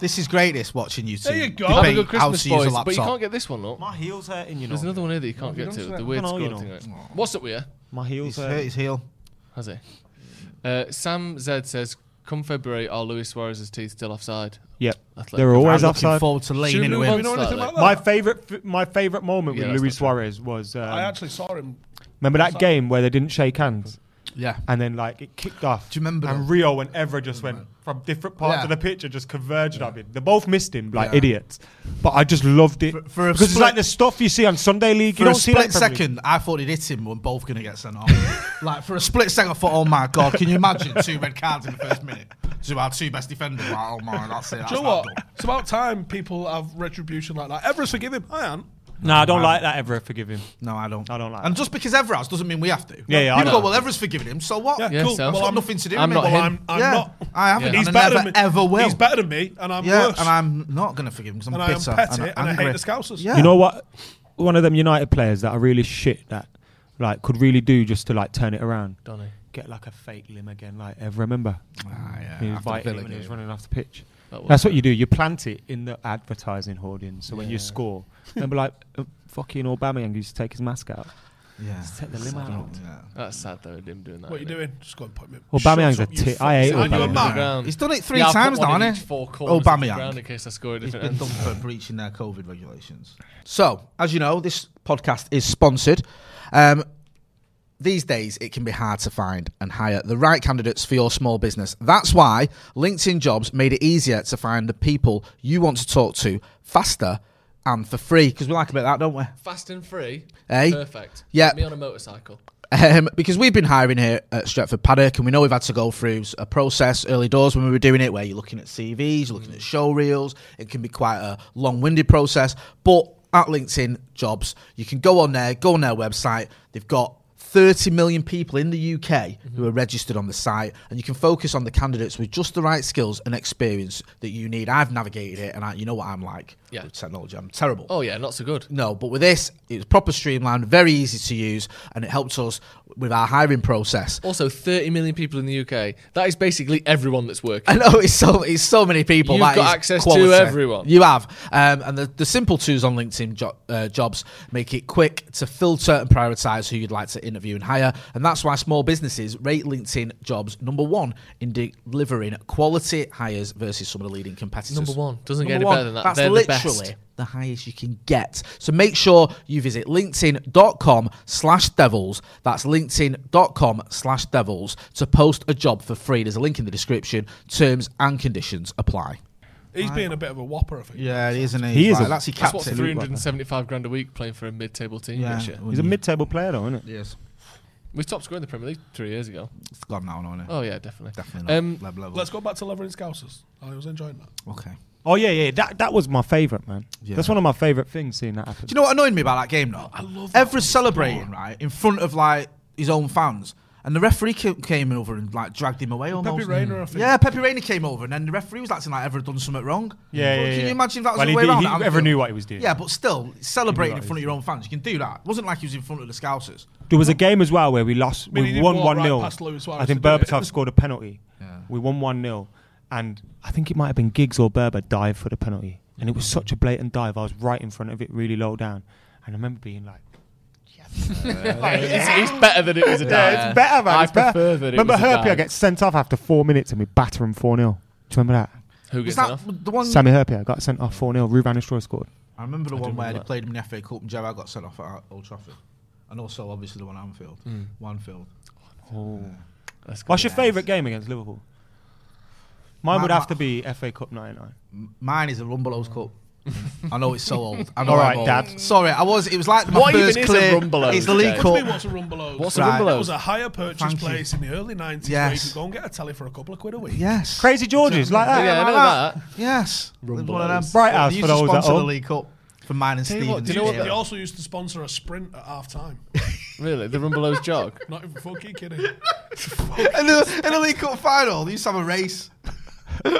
Speaker 5: This is great. This watching you two.
Speaker 2: There you go.
Speaker 5: debate
Speaker 3: have a good
Speaker 5: how
Speaker 3: Christmas,
Speaker 5: to use a
Speaker 3: boys. But you
Speaker 5: laptop.
Speaker 3: can't get this one, look.
Speaker 4: My heel's hurting, you know.
Speaker 3: There's another one here that you can't
Speaker 4: you
Speaker 3: get
Speaker 4: don't
Speaker 3: to.
Speaker 4: say
Speaker 3: The
Speaker 4: that.
Speaker 3: weird
Speaker 4: No, you
Speaker 3: scrolling thing.
Speaker 4: know.
Speaker 3: right. What's up with you?
Speaker 4: My heel's
Speaker 5: He's hurt his heel.
Speaker 3: Has he? Uh, Sam Z says, come February, are Luis Suarez's teeth still offside?
Speaker 4: Yep.
Speaker 3: Athletic.
Speaker 4: They're always
Speaker 5: I'm looking
Speaker 4: offside.
Speaker 5: forward to
Speaker 2: Do
Speaker 5: leaning
Speaker 2: you
Speaker 5: into
Speaker 2: know,
Speaker 5: him.
Speaker 2: you know anything about that?
Speaker 4: My favorite, f- my favorite moment
Speaker 3: Yeah,
Speaker 4: with
Speaker 3: that's
Speaker 4: Luis
Speaker 3: not true.
Speaker 4: Suarez was. Um,
Speaker 2: I actually saw him.
Speaker 4: remember that game where they didn't shake hands,
Speaker 5: Yeah.
Speaker 4: and then like it kicked off.
Speaker 5: Do you remember
Speaker 4: And
Speaker 5: that?
Speaker 4: Rio and Evra just went from different parts
Speaker 5: Yeah.
Speaker 4: of the picture, just converged on him. They both missed him like
Speaker 5: Yeah.
Speaker 4: idiots, but I just loved it
Speaker 5: For- for a
Speaker 4: because it's
Speaker 5: split-
Speaker 4: like the stuff you see on Sunday League. you
Speaker 5: For
Speaker 4: don't
Speaker 5: a
Speaker 4: see that
Speaker 5: split
Speaker 4: in Premier League.
Speaker 5: second, I thought he'd hit him. We're both going to get sent off. like, for a split second, I thought, oh my God, can you imagine two red cards in the first minute to our two best defenders? Like, oh my, that's it. That's
Speaker 2: Do you know
Speaker 5: that
Speaker 2: what?
Speaker 5: done.
Speaker 2: It's about time people have retribution like that. Everest forgive him. I am.
Speaker 4: No, I don't like that ever. Forgive him.
Speaker 5: No, I don't.
Speaker 4: I don't like
Speaker 5: And
Speaker 4: that.
Speaker 5: just because Everard has doesn't mean we have to.
Speaker 4: Yeah, yeah, I
Speaker 5: People
Speaker 4: know.
Speaker 5: go, well, Everard's forgiven him, so what?
Speaker 2: Yeah,
Speaker 3: Yeah,
Speaker 2: cool.
Speaker 3: so-
Speaker 5: Well,
Speaker 2: well,
Speaker 5: I've
Speaker 2: I'm,
Speaker 5: got nothing to do
Speaker 3: I'm
Speaker 5: with
Speaker 3: not
Speaker 5: it.
Speaker 2: well,
Speaker 3: him.
Speaker 2: I'm, I'm
Speaker 5: yeah,
Speaker 2: not.
Speaker 5: I haven't.
Speaker 2: He's
Speaker 5: and I
Speaker 2: better
Speaker 5: never,
Speaker 2: than me.
Speaker 5: ever will.
Speaker 2: He's better than me, and I'm
Speaker 5: Yeah,
Speaker 2: worse.
Speaker 5: and I'm not going to forgive him because I'm
Speaker 2: And I am
Speaker 5: bitter.
Speaker 2: petty
Speaker 5: I'm
Speaker 2: and I hate
Speaker 5: angry.
Speaker 2: the Scousers.
Speaker 5: Yeah.
Speaker 4: You know what? One of them United players that are really shit that like could really do just to like turn it around.
Speaker 3: Donny.
Speaker 4: Get like a fake limb again, like ever remember?
Speaker 5: Ah, yeah,
Speaker 4: He was
Speaker 5: after the
Speaker 4: biting
Speaker 5: Villa
Speaker 4: when he was
Speaker 5: game.
Speaker 4: running off the pitch.
Speaker 3: That was
Speaker 4: That's what
Speaker 3: it.
Speaker 4: you do. You plant it in the advertising hoarding. So when you
Speaker 3: Yeah.
Speaker 4: score, remember like uh, fucking Aubameyang used to take his mask out.
Speaker 5: Yeah.
Speaker 4: Just take the limb out.
Speaker 5: Yeah.
Speaker 3: That's sad though, him doing that.
Speaker 2: What are you
Speaker 3: innit?
Speaker 2: doing? Just go and point me.
Speaker 4: Aubameyang's
Speaker 2: Shut
Speaker 4: a
Speaker 2: up, you
Speaker 4: tit.
Speaker 2: fuck.
Speaker 4: I hate
Speaker 2: Aren't you a
Speaker 4: Aubameyang.
Speaker 2: man?
Speaker 3: Ground.
Speaker 5: He's done it three
Speaker 3: Yeah, I'll put
Speaker 5: times
Speaker 3: one
Speaker 5: now,
Speaker 3: in
Speaker 5: hasn't
Speaker 3: each
Speaker 5: he?
Speaker 3: Four corners of the
Speaker 5: Aubameyang.
Speaker 3: ground in case I score a
Speaker 5: He's
Speaker 3: different
Speaker 5: been
Speaker 3: end.
Speaker 5: done for breaching their COVID regulations. So, as you know, this podcast is sponsored. Um, these days, it can be hard to find and hire the right candidates for your small business. That's why LinkedIn Jobs made it easier to find the people you want to talk to faster and for free because we like a bit of that, don't we?
Speaker 3: Fast and free.
Speaker 5: Hey?
Speaker 3: Perfect.
Speaker 5: Yeah.
Speaker 3: Me on a motorcycle.
Speaker 5: Um, because we've been hiring here at Stretford Paddock, and we know we've had to go through a process early doors when we were doing it, where you're looking at CVs, you're looking at showreels. It can be quite a long-winded process. But at LinkedIn Jobs, you can go on there, go on their website. They've got 30 million people in the UK who are registered on the site, and you can focus on the candidates with just the right skills and experience that you need. I've navigated it, and I, you know what I'm like
Speaker 3: Yeah.
Speaker 5: with technology. I'm terrible.
Speaker 3: Oh yeah, not so good.
Speaker 5: No, but with this, it was proper streamlined, very easy to use, and it helps us with our hiring process.
Speaker 3: Also, 30 million people in the UK. That is basically everyone that's working.
Speaker 5: I know it's so it's so many people.
Speaker 3: You've
Speaker 5: that
Speaker 3: got
Speaker 5: is
Speaker 3: access to
Speaker 5: quality.
Speaker 3: everyone.
Speaker 5: You have, um, and the, the simple tools on LinkedIn jo- uh, jobs make it quick to filter and prioritize who you'd like to interview and hire, and that's why small businesses rate LinkedIn jobs number one in delivering quality hires versus some of the leading competitors.
Speaker 3: Number one. Doesn't get
Speaker 5: Number
Speaker 3: any
Speaker 5: one.
Speaker 3: better than that.
Speaker 5: That's
Speaker 3: They're the best.
Speaker 5: literally the highest you can get. So make sure you visit linkedin.com slash devils. That's linkedin.com slash devils to post a job for free. There's a link in the description. Terms and conditions apply.
Speaker 2: He's being a bit of a whopper, I think.
Speaker 5: Yeah, he is, isn't
Speaker 4: He is Like, a- that's
Speaker 5: his
Speaker 3: That's what 375 grand a week playing for a mid-table team. this
Speaker 5: Oh,
Speaker 3: year.
Speaker 4: He's a mid-table player, though, isn't it?
Speaker 5: Yes,
Speaker 3: We stopped scoring the Premier League three years ago.
Speaker 5: it's gone now, isn't it?
Speaker 3: Oh yeah, definitely.
Speaker 5: Definitely not.
Speaker 3: Um,
Speaker 5: Level, level.
Speaker 2: Let's go back to Levering Scousers. I was enjoying that.
Speaker 5: Okay.
Speaker 4: Oh yeah, yeah. That that was my favorite, man.
Speaker 5: Yeah.
Speaker 4: That's one of my favorite things seeing that happen.
Speaker 5: Do you know what annoyed me about that game though? I
Speaker 2: love that
Speaker 5: Everest celebrating right in front of like his own fans, and the referee ca- came over and like dragged him away almost.
Speaker 2: Reina, I think.
Speaker 5: Yeah, Pepe Reina came over, and then the referee was acting like Everett done something wrong.
Speaker 4: Yeah,
Speaker 5: Well,
Speaker 4: yeah,
Speaker 5: Can
Speaker 4: yeah.
Speaker 5: you imagine if that was
Speaker 4: Well,
Speaker 5: the
Speaker 4: he
Speaker 5: way
Speaker 4: did-
Speaker 5: around?
Speaker 4: he-
Speaker 5: at
Speaker 4: Everett
Speaker 5: Anfield?
Speaker 4: knew what he was doing.
Speaker 5: Yeah, but still celebrating
Speaker 4: what
Speaker 5: in
Speaker 4: he
Speaker 5: front of your own fans, you can do that. It wasn't like he was in front of the Scousers.
Speaker 4: There was a game as well where we lost.
Speaker 2: mean, he
Speaker 4: we
Speaker 2: did
Speaker 4: won
Speaker 2: walk
Speaker 4: one
Speaker 2: right
Speaker 4: 0
Speaker 2: past Luis Suarez
Speaker 4: I think
Speaker 2: to do it.
Speaker 4: Berbatov scored a penalty.
Speaker 5: Yeah.
Speaker 4: We won one 0 and I think it might have been Giggs or Berber dived for the penalty, and it was such a blatant dive. I was right in front of it, really low down, and I remember being like,
Speaker 3: It's, it's better than it was a
Speaker 4: "Yeah,
Speaker 3: dad.
Speaker 4: it's better, man.
Speaker 3: I
Speaker 4: it's better."
Speaker 3: prefer that it
Speaker 4: remember
Speaker 3: was a
Speaker 4: Herpia
Speaker 3: dive.
Speaker 4: gets sent off after four minutes, and we batter him four 0 Do you remember that?
Speaker 3: Who
Speaker 5: Was
Speaker 3: gets
Speaker 5: that
Speaker 3: that?
Speaker 5: the one?
Speaker 4: Sammy Herpia got sent off four 0 Ruvan Nistelrooy scored.
Speaker 5: I remember the one where
Speaker 3: remember
Speaker 5: they
Speaker 3: that.
Speaker 5: played him in the FA Cup and Gerrard got sent off at Old Trafford, and also obviously the one at Anfield,
Speaker 4: Mm.
Speaker 5: Wanfield.
Speaker 4: What's your favourite game against Liverpool? Mine
Speaker 5: My-
Speaker 4: would have
Speaker 5: my-
Speaker 4: to be FA Cup '99.
Speaker 5: M- Mine is a Rumbelows Cup. I know it's so old. I know
Speaker 4: All
Speaker 5: I'm
Speaker 4: right,
Speaker 5: old.
Speaker 4: Dad.
Speaker 5: Sorry, I was. It was like my
Speaker 3: What even
Speaker 5: first
Speaker 3: is a
Speaker 5: clear.
Speaker 3: Rumbelows
Speaker 5: It's the League
Speaker 3: today?
Speaker 2: Tell me
Speaker 5: Cup.
Speaker 2: what's a Rumbelows.
Speaker 3: What's a
Speaker 5: Right.
Speaker 2: That
Speaker 3: Rumbelows?
Speaker 2: was a higher purchase
Speaker 5: Thank you.
Speaker 2: place in the early 90s where you
Speaker 5: Yes.
Speaker 2: could go and get a tally for a couple of quid a week.
Speaker 5: Yes.
Speaker 4: Crazy Georges like that.
Speaker 3: Yeah, I
Speaker 5: like
Speaker 3: know
Speaker 5: that.
Speaker 3: that.
Speaker 5: Yes.
Speaker 3: Rumbelows.
Speaker 5: One of them.
Speaker 4: Bright
Speaker 5: They
Speaker 4: house
Speaker 5: used
Speaker 4: for
Speaker 5: to
Speaker 4: those at
Speaker 5: sponsor the
Speaker 4: home.
Speaker 5: League Cup for mine and
Speaker 3: Tell you what,
Speaker 5: Stevens.
Speaker 3: do
Speaker 2: You know what?
Speaker 5: Yeah.
Speaker 2: They also used to sponsor a sprint at half time.
Speaker 3: Really, the Rumbelows jog.
Speaker 2: Not even fucking kidding.
Speaker 5: in, the, in the League Cup final, they used to have a race.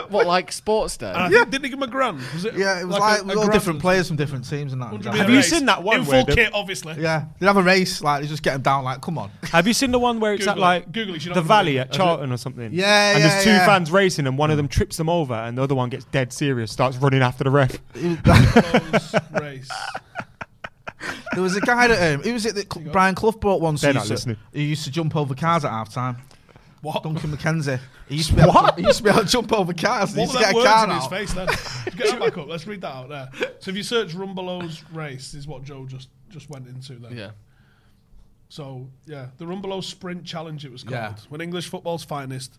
Speaker 3: What, like sports day?
Speaker 2: And
Speaker 5: Uh.
Speaker 2: I think, didn't they give him a grand? Was it
Speaker 5: Yeah, it was
Speaker 2: a-
Speaker 5: like,
Speaker 2: a
Speaker 5: with all
Speaker 2: grand?
Speaker 5: different players from different teams and that.
Speaker 2: Hundred
Speaker 5: Yeah.
Speaker 2: meter
Speaker 4: Have you
Speaker 2: race.
Speaker 4: seen that one
Speaker 2: In
Speaker 4: where
Speaker 2: full
Speaker 4: the-
Speaker 2: kit, obviously.
Speaker 5: Yeah, they'd have a race. Like they just get them down. Like, come on.
Speaker 4: Have you seen the one where it's at
Speaker 2: Google it.
Speaker 4: like
Speaker 2: Google it, Mm. you know
Speaker 4: the
Speaker 2: what I
Speaker 4: Valley
Speaker 2: mean.
Speaker 4: at Charlton or something?
Speaker 5: Yeah,
Speaker 4: And
Speaker 5: yeah,
Speaker 4: there's two
Speaker 5: yeah.
Speaker 4: fans racing, and one of them trips them over, and the other one gets dead serious, starts running after the ref.
Speaker 2: Rumbelows race.
Speaker 5: There was a guy that um, who was it that Cl- Brian Clough brought once.
Speaker 4: They're
Speaker 5: who
Speaker 4: not
Speaker 5: used to-
Speaker 4: listening.
Speaker 5: Who used to jump over cars at half time.
Speaker 2: What?
Speaker 5: Duncan McKenzie. He used to be able, To, he used to be able to jump over cars. He
Speaker 2: What
Speaker 5: used
Speaker 2: were
Speaker 5: to get
Speaker 2: them
Speaker 5: a
Speaker 2: words
Speaker 5: car
Speaker 2: in his
Speaker 5: out.
Speaker 2: face then? Get that back up. Let's read that out there. So if you search Rumbelows race, is what Joe just just went into there.
Speaker 3: Yeah.
Speaker 2: So yeah, the Rumbelow Sprint Challenge it was called.
Speaker 5: Yeah.
Speaker 2: When English football's finest,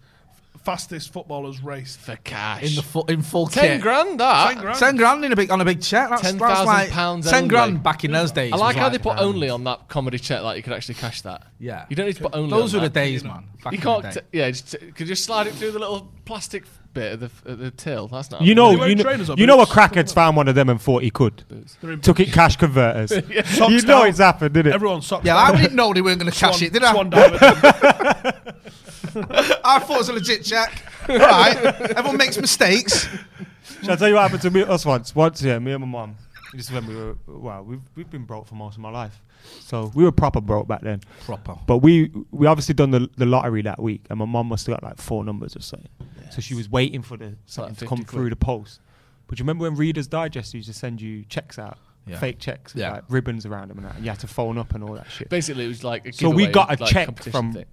Speaker 2: f- fastest footballers raced.
Speaker 3: For cash.
Speaker 5: In the fu- in full
Speaker 3: Ten
Speaker 5: kit.
Speaker 3: grand that.
Speaker 2: 10 grand.
Speaker 5: Uh, Ten grand in a big on a big check. That's,
Speaker 3: Ten
Speaker 5: that's
Speaker 3: thousand
Speaker 5: like
Speaker 3: pounds
Speaker 5: ten
Speaker 3: only.
Speaker 5: grand back in those days.
Speaker 3: I like
Speaker 5: was
Speaker 3: how they put
Speaker 5: grand.
Speaker 3: only on that comedy check. Like you could actually cash that.
Speaker 5: Yeah.
Speaker 3: You don't need to put only.
Speaker 5: Those
Speaker 3: on
Speaker 5: were the
Speaker 3: that.
Speaker 5: days, man. Back
Speaker 3: You
Speaker 5: in
Speaker 3: can't.
Speaker 5: the
Speaker 3: T-
Speaker 5: day.
Speaker 3: yeah. Just t- could you just slide it through the little plastic bit of the, of the till? That's not.
Speaker 4: You
Speaker 3: happening.
Speaker 4: know,
Speaker 2: wearing
Speaker 4: you know,
Speaker 2: trainers or
Speaker 4: you know a
Speaker 2: boots?
Speaker 4: crackhead's found one of them and thought he could.
Speaker 2: They're in-
Speaker 4: Took it cash converters.
Speaker 2: Socks
Speaker 4: You know
Speaker 2: down.
Speaker 4: it's happened, didn't it?
Speaker 2: Everyone socks.
Speaker 5: Yeah,
Speaker 2: down.
Speaker 5: I didn't know they weren't going to cash
Speaker 2: Swan-
Speaker 5: it, did I?
Speaker 2: Swan diver.
Speaker 5: I thought it was a legit check. All right, everyone makes mistakes.
Speaker 4: Shall I tell you what happened to me, us once? Once, yeah, me and my mum. This is when we were, well, we've, we've been broke for most of my life. So we were proper broke back then.
Speaker 5: Proper.
Speaker 4: But we we obviously done the, the lottery that week, and my mum must have got like four numbers or something. So she was waiting for the something to
Speaker 3: 50
Speaker 4: come through
Speaker 3: quid.
Speaker 4: the post. But do you remember when Reader's Digest used to send you checks out,
Speaker 5: Yeah.
Speaker 4: fake checks, with,
Speaker 5: Yeah.
Speaker 4: like ribbons around them, and, that, and you had to phone up and all that shit.
Speaker 3: Basically, it was like. A
Speaker 4: So we
Speaker 3: giveaway,
Speaker 4: got a
Speaker 3: like,
Speaker 4: check
Speaker 3: competition
Speaker 4: from,
Speaker 3: thing.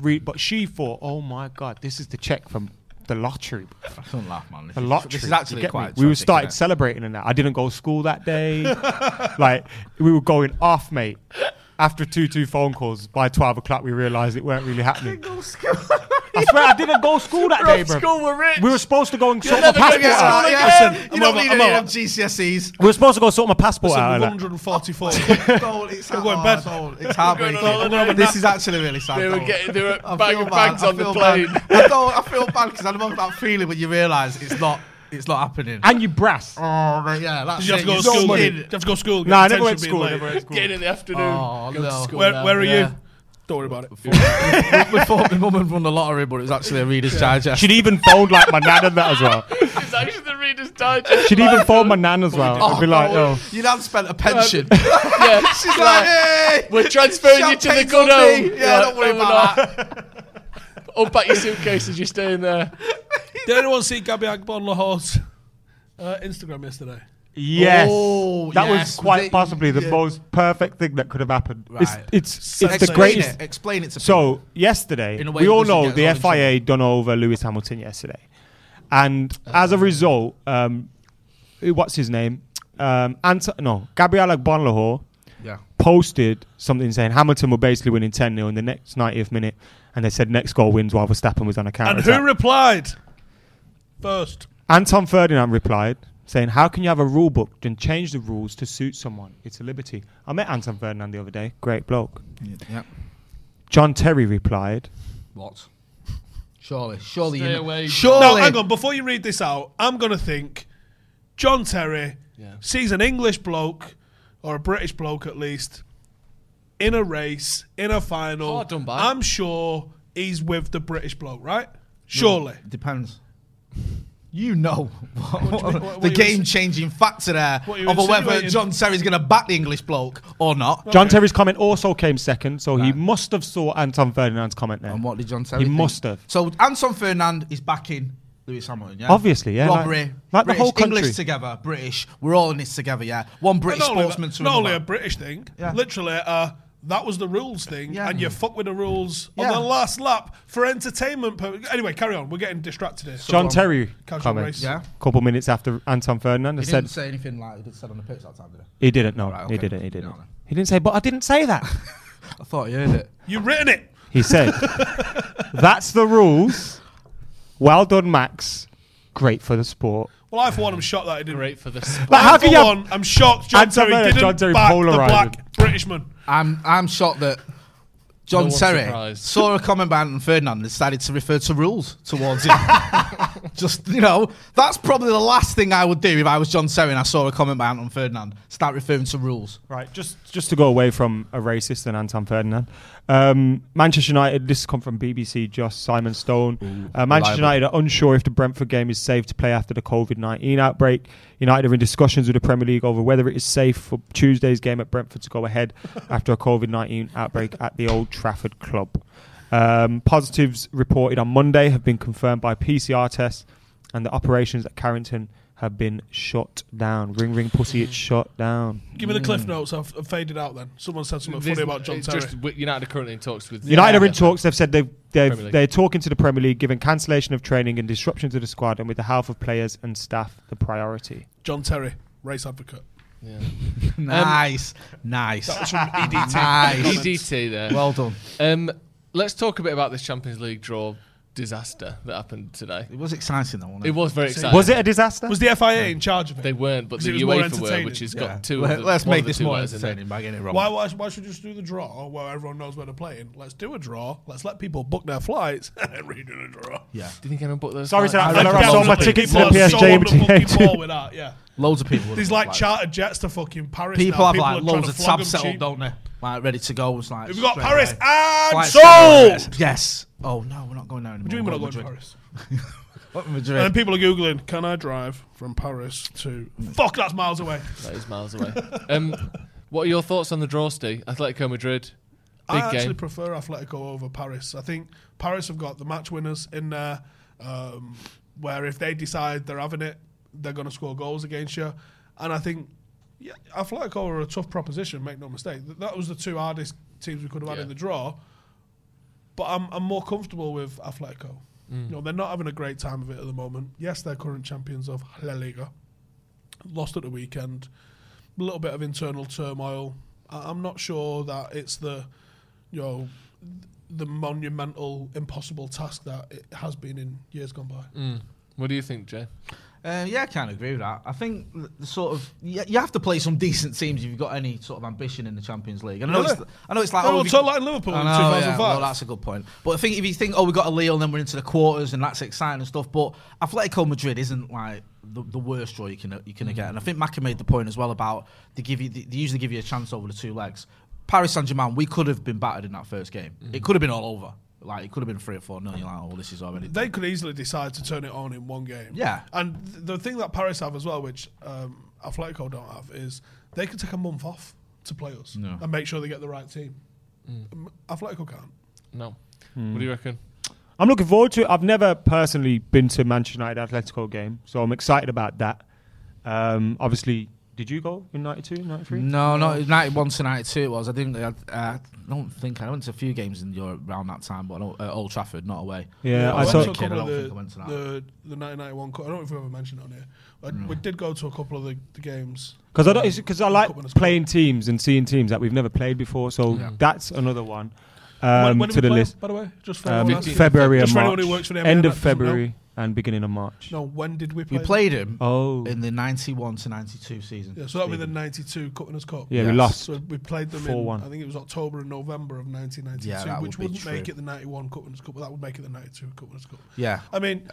Speaker 4: re- but she thought, oh my god, this is the check from the lottery.
Speaker 5: Don't laugh, man.
Speaker 4: The lottery.
Speaker 5: This is
Speaker 4: you
Speaker 5: actually
Speaker 4: get me?
Speaker 5: quite.
Speaker 4: We were
Speaker 5: tragic,
Speaker 4: started
Speaker 5: isn't
Speaker 4: celebrating and that. I didn't go to school that day. like we were going off, mate. After two two phone calls by twelve o'clock, we realised it weren't really happening. I swear I didn't go to school that day, bro.
Speaker 3: we're rich.
Speaker 4: We were supposed to go and sort my
Speaker 3: never gonna
Speaker 4: passport
Speaker 3: get
Speaker 5: it? Yeah,
Speaker 4: out.
Speaker 3: school
Speaker 5: yeah,
Speaker 3: again.
Speaker 5: listen,
Speaker 2: I'm
Speaker 5: you don't
Speaker 2: over-
Speaker 5: need
Speaker 2: I'm
Speaker 5: any
Speaker 2: out.
Speaker 5: of them GCSEs.
Speaker 4: We were supposed to go sort my passport out. and that.
Speaker 2: 144.
Speaker 5: Don't, it's
Speaker 2: I'm going bed.
Speaker 5: hard, don't, It's
Speaker 3: on holiday.
Speaker 5: heartbreaking. this is actually really sad.
Speaker 3: They were
Speaker 5: don't.
Speaker 3: getting. They were
Speaker 5: I
Speaker 3: bagging
Speaker 5: feel bad,
Speaker 3: bags
Speaker 5: I
Speaker 3: on the
Speaker 5: feel
Speaker 3: plane.
Speaker 5: bad. I, don't, I feel bad because I don't have that feeling when you realise it's not, it's not happening.
Speaker 4: And you brass.
Speaker 5: oh, mate, yeah,
Speaker 2: Did
Speaker 5: that's
Speaker 2: you have
Speaker 5: it.
Speaker 2: to go to
Speaker 5: You're
Speaker 2: school?
Speaker 5: so
Speaker 2: Did
Speaker 5: in.
Speaker 2: you have to go to school?
Speaker 4: No, I
Speaker 2: Get
Speaker 4: never went to
Speaker 2: attention
Speaker 4: school. I
Speaker 2: being
Speaker 4: never
Speaker 2: late.
Speaker 4: went to school.
Speaker 3: Get in the afternoon.
Speaker 5: Oh,
Speaker 3: go to
Speaker 5: no.
Speaker 3: school
Speaker 2: Where,
Speaker 3: now.
Speaker 2: where are
Speaker 5: Yeah.
Speaker 2: you? Don't worry about it.
Speaker 5: we thought my mum had won the lottery, but it was actually a reader's digest.
Speaker 4: She'd even phoned like my nan and that as well.
Speaker 3: It's actually the Reader's Digest.
Speaker 4: She'd even phone my nan as well. I'd be like,
Speaker 3: Oh.
Speaker 4: yo.
Speaker 5: Your dad spent a pension.
Speaker 3: yeah.
Speaker 5: She's like, hey!
Speaker 3: We're transferring you to the
Speaker 5: Champagne's
Speaker 3: good
Speaker 5: on me.
Speaker 3: home.
Speaker 5: Yeah, don't worry about
Speaker 3: that. Unpack your suitcases. You're staying there.
Speaker 2: Did anyone see Gabby Agbon Lahore's uh, Instagram yesterday?
Speaker 4: Yes.
Speaker 5: Oh,
Speaker 4: that
Speaker 5: yes.
Speaker 4: was quite
Speaker 5: They-
Speaker 4: possibly the
Speaker 5: yeah.
Speaker 4: most perfect thing that could have happened. It's
Speaker 5: Right.
Speaker 4: it's,
Speaker 2: Explain
Speaker 4: it's the
Speaker 2: it.
Speaker 4: greatest.
Speaker 5: Explain it, explain it to people.
Speaker 4: So yesterday,
Speaker 5: In a way
Speaker 4: we
Speaker 5: that
Speaker 4: all
Speaker 5: doesn't
Speaker 4: know
Speaker 5: get
Speaker 4: the
Speaker 5: us all in
Speaker 4: FIA done over Lewis Hamilton yesterday, and as a result, um, what's his name? Um, Ant- no, Gabriel Bonlahor
Speaker 5: Yeah.
Speaker 4: posted something saying Hamilton were basically winning 10 0 in the next 90th minute, and they said next goal wins while Verstappen was on a counter.
Speaker 2: And who replied first?
Speaker 4: Anton Ferdinand replied, saying, How can you have a rule book and change the rules to suit someone? It's a liberty. I met Anton Ferdinand the other day. Great bloke.
Speaker 5: Yeah.
Speaker 4: John Terry replied,
Speaker 5: What? Surely, surely
Speaker 3: Stay
Speaker 5: you know.
Speaker 3: away.
Speaker 2: No,
Speaker 5: Surely.
Speaker 2: hang on. Before you read this out, I'm going to think John Terry
Speaker 3: Yeah.
Speaker 2: sees an English bloke, or a British bloke at least, in a race, in a final.
Speaker 3: Hard done by.
Speaker 2: I'm sure he's with the British bloke, right? Surely.
Speaker 5: Depends. You know what-
Speaker 2: mean? What- what
Speaker 5: the
Speaker 2: you ins-
Speaker 5: game-changing factor there
Speaker 2: What you
Speaker 5: of whether
Speaker 2: insinuating?
Speaker 5: John Terry's going to bat the English bloke or not.
Speaker 4: John Terry's comment also came second, so he must have saw Anton Ferdinand's comment there.
Speaker 5: And what did John Terry?
Speaker 4: He
Speaker 5: think?
Speaker 4: must have.
Speaker 5: So Anson Fernand is backing Lewis Hamilton. Yeah,
Speaker 4: Obviously, yeah, like-
Speaker 5: Robbery,
Speaker 4: like the
Speaker 5: British,
Speaker 4: whole country.
Speaker 5: English together, British. We're all in this together. Yeah, one
Speaker 2: But
Speaker 5: British
Speaker 2: not only
Speaker 5: sportsman
Speaker 2: that-
Speaker 5: to
Speaker 2: Not
Speaker 5: another.
Speaker 2: only a British thing,
Speaker 5: Yeah.
Speaker 2: literally, uh, that was the rules thing,
Speaker 5: Yeah.
Speaker 2: and you fuck with the rules
Speaker 5: Yeah.
Speaker 2: on the last lap for entertainment. pur- anyway, carry on. We're getting distracted here.
Speaker 4: John Terry
Speaker 2: Casual
Speaker 4: comment
Speaker 2: race.
Speaker 4: a
Speaker 5: Yeah.
Speaker 4: couple minutes after Anton Ferdinand
Speaker 5: He
Speaker 4: and said
Speaker 5: didn't say anything like he said on the pitch that time, did he?
Speaker 4: he didn't know.
Speaker 5: Right,
Speaker 4: He
Speaker 5: okay.
Speaker 4: didn't. He didn't.
Speaker 5: No, no.
Speaker 4: He didn't say. But I didn't say that.
Speaker 5: I thought you heard it.
Speaker 2: you written it.
Speaker 4: He said, "That's the rules. Well done, Max. Great for the sport."
Speaker 2: Well, I for one am shocked that he didn't.
Speaker 3: Great for the
Speaker 4: Like,
Speaker 2: I
Speaker 4: how
Speaker 2: for
Speaker 4: can you have-
Speaker 2: one am shocked John
Speaker 4: Anton
Speaker 2: Terry
Speaker 4: Bennett,
Speaker 2: didn't
Speaker 4: John Terry
Speaker 2: back
Speaker 4: polarising.
Speaker 2: the black Britishman.
Speaker 5: I'm I'm shocked that John
Speaker 3: No one's
Speaker 5: Terry
Speaker 3: surprised.
Speaker 5: saw a comment by Anton Ferdinand and decided to refer to rules towards him. Just you know, that's probably the last thing I would do if I was John Terry and I saw a comment by Anton Ferdinand. Start referring to rules.
Speaker 4: Right, just just to go away from a racist and Anton Ferdinand, um, Manchester United. This has come from BBC. Josh Simon Stone. uh, Manchester
Speaker 5: reliable.
Speaker 4: United are unsure if the Brentford game is safe to play after the COVID nineteen outbreak. United are in discussions with the Premier League over whether it is safe for Tuesday's game at Brentford to go ahead after a COVID nineteen outbreak at the Old Trafford club. Um, positives reported on Monday have been confirmed by PCR tests, and the operations at Carrington have been shut down. Ring ring pussy, it's shut down.
Speaker 2: Give me the cliff notes. I've, I've faded out. Then someone said something funny about John
Speaker 3: it's
Speaker 2: Terry.
Speaker 3: Just, United are currently in talks with
Speaker 4: United
Speaker 3: Yeah.
Speaker 4: are in talks. They've said they've
Speaker 3: Premier
Speaker 4: they've,
Speaker 3: League.
Speaker 4: they're talking to the Premier League, given cancellation of training and disruption to the squad, and with the health of players and staff the priority.
Speaker 2: John Terry, race advocate.
Speaker 3: Yeah.
Speaker 5: Nice, nice,
Speaker 2: That's from EDT.
Speaker 3: E
Speaker 5: nice.
Speaker 3: EDT there.
Speaker 5: well done.
Speaker 3: Um, let's talk a bit about this Champions League draw disaster that happened today.
Speaker 5: It was exciting though, wasn't it?
Speaker 3: It was very
Speaker 2: So-
Speaker 3: exciting.
Speaker 4: Uh, Was it a disaster?
Speaker 2: Was the FIA in charge of it?
Speaker 3: They weren't, but
Speaker 2: 'Cause
Speaker 3: the
Speaker 2: it was more
Speaker 3: UEFA were,
Speaker 2: entertaining.
Speaker 3: which has
Speaker 5: Yeah.
Speaker 3: got two.
Speaker 5: Let,
Speaker 3: of the,
Speaker 5: us
Speaker 3: one
Speaker 5: make
Speaker 3: of the
Speaker 5: this
Speaker 3: two
Speaker 5: more
Speaker 3: letters in there.
Speaker 5: entertaining by getting it wrong.
Speaker 2: Why, why, why should you just do the draw where everyone knows where they're playing? Let's do a draw. Let's let people book their flights and redo the draw.
Speaker 5: Yeah,
Speaker 3: Do you think anyone booked those?
Speaker 4: Sorry to
Speaker 3: flights?
Speaker 4: that fella, I sold my
Speaker 2: Thousands of
Speaker 4: ticket to
Speaker 2: people
Speaker 4: the
Speaker 2: are so
Speaker 4: PSG.
Speaker 2: on the fucking
Speaker 4: MTA.
Speaker 2: ball with that, yeah.
Speaker 5: loads of people.
Speaker 2: There's like chartered jets to fucking Paris.
Speaker 5: people
Speaker 2: now.
Speaker 5: have
Speaker 2: people
Speaker 5: like
Speaker 2: are trying
Speaker 5: loads
Speaker 2: to
Speaker 5: of
Speaker 2: flog
Speaker 5: tabs
Speaker 2: them
Speaker 5: settled,
Speaker 2: cheap.
Speaker 5: don't they? Like ready to go. It's like
Speaker 2: We've got
Speaker 5: straight
Speaker 2: Paris
Speaker 5: away.
Speaker 2: and
Speaker 5: Flights
Speaker 2: sold.
Speaker 5: straight away. Yes. Oh no, we're not going there anymore.
Speaker 2: What do you mean we're not going to
Speaker 5: Madrid.
Speaker 2: Paris?
Speaker 5: What,
Speaker 2: And then
Speaker 5: Madrid?
Speaker 2: people are googling, "Can I drive from Paris to?" Fuck, that's miles away.
Speaker 3: That is miles away. Um, what are your thoughts on the draw, Steve? Atletico Madrid,
Speaker 2: I
Speaker 3: big
Speaker 2: actually
Speaker 3: game.
Speaker 2: prefer Atletico over Paris. I think Paris have got the match winners in there, um, where if they decide they're having it, they're going to score goals against you. And I think yeah, Atletico are a tough proposition, make no mistake. Th- That was the two hardest teams we could have had
Speaker 3: Yeah.
Speaker 2: in the draw. But I'm, I'm more comfortable with Atletico.
Speaker 3: Mm.
Speaker 2: You know, they're not having a great time of it at the moment. Yes, they're current champions of La Liga. Lost at the weekend. A little bit of internal turmoil. I- I'm not sure that it's the, you know, the monumental, impossible task that it has been in years gone by.
Speaker 5: Mm.
Speaker 3: What do you think, Jay?
Speaker 5: Uh, yeah, I kind of agree with that. I think the, the sort of you, you have to play some decent teams if you've got any sort of ambition in the Champions League. And I know it's
Speaker 2: Really?
Speaker 5: I know it's like
Speaker 2: Oh,
Speaker 5: if
Speaker 2: it's
Speaker 5: you-
Speaker 2: not like Liverpool
Speaker 5: I
Speaker 2: in
Speaker 5: know,
Speaker 2: 2005.
Speaker 5: well, that's a good point. But I think if you think, oh, we got a Lille, and then we're into the quarters, and that's exciting and stuff. But Atletico Madrid isn't like the, the worst draw you can you
Speaker 2: Mm.
Speaker 5: can get. And I think Maka made the point as well about they give you they usually give you a chance over the two legs. Paris Saint Germain, we could have been battered in that first game.
Speaker 2: Mm.
Speaker 5: It could have been all over. Like it could have been three or four nil. You're like, oh, this is already.
Speaker 2: They could easily decide to turn it on in one game.
Speaker 5: Yeah.
Speaker 2: And th- the thing that Paris have as well, which um, Atletico don't have, is they could take a month off to play us
Speaker 5: No. Mm.
Speaker 2: and make sure they get the right team. Um, Atletico can't.
Speaker 3: No.
Speaker 5: Hmm.
Speaker 3: What do you reckon?
Speaker 4: I'm looking forward to it. I've never personally been to Manchester United Atletico game, so I'm excited about that. Um, obviously, did you go in 92, 93?
Speaker 5: No, no, it was 91 to 92 it was. I didn't. I, I don't think I went to a few games in Europe around that time, but I don't, uh, Old Trafford, not away.
Speaker 4: Yeah, I
Speaker 5: was
Speaker 4: saw-
Speaker 5: a
Speaker 2: to
Speaker 5: kid, I
Speaker 2: couple
Speaker 5: don't
Speaker 2: of the,
Speaker 5: think I went to that. Mm.
Speaker 2: the, the 1991 Cup. I don't know if we ever mentioned it on here. I, We did go to a couple of the, the games.
Speaker 4: Because I, don't- it's 'cause I like
Speaker 2: Cup winners' Cup.
Speaker 4: playing teams and seeing teams that we've never played before, so that's another one um,
Speaker 2: When- when did
Speaker 4: to
Speaker 2: we
Speaker 4: the
Speaker 2: play,
Speaker 4: list.
Speaker 2: By the way, just for
Speaker 4: Um,
Speaker 2: everyone else.
Speaker 4: February
Speaker 2: Just
Speaker 4: and
Speaker 2: for anyone
Speaker 4: March.
Speaker 2: who works for the NBA
Speaker 4: End
Speaker 2: that
Speaker 4: of
Speaker 2: doesn't know.
Speaker 4: February and beginning of March.
Speaker 2: No, when did we play?
Speaker 5: We played him
Speaker 4: Oh,
Speaker 5: in the 91 to 92 season.
Speaker 2: Yeah, so that would be the 92 Cup Winners' Cup.
Speaker 4: yeah,
Speaker 5: Yes.
Speaker 4: we lost.
Speaker 2: So we played them in,
Speaker 4: 4-1.
Speaker 2: I think it was October and November of 1992,
Speaker 5: Yeah, that
Speaker 2: which
Speaker 5: would
Speaker 2: would
Speaker 5: be
Speaker 2: not make
Speaker 5: true.
Speaker 2: it the 91 Cup Winners' Cup, but that would make it the 92 Cup Winners' Cup.
Speaker 5: Yeah.
Speaker 2: I mean,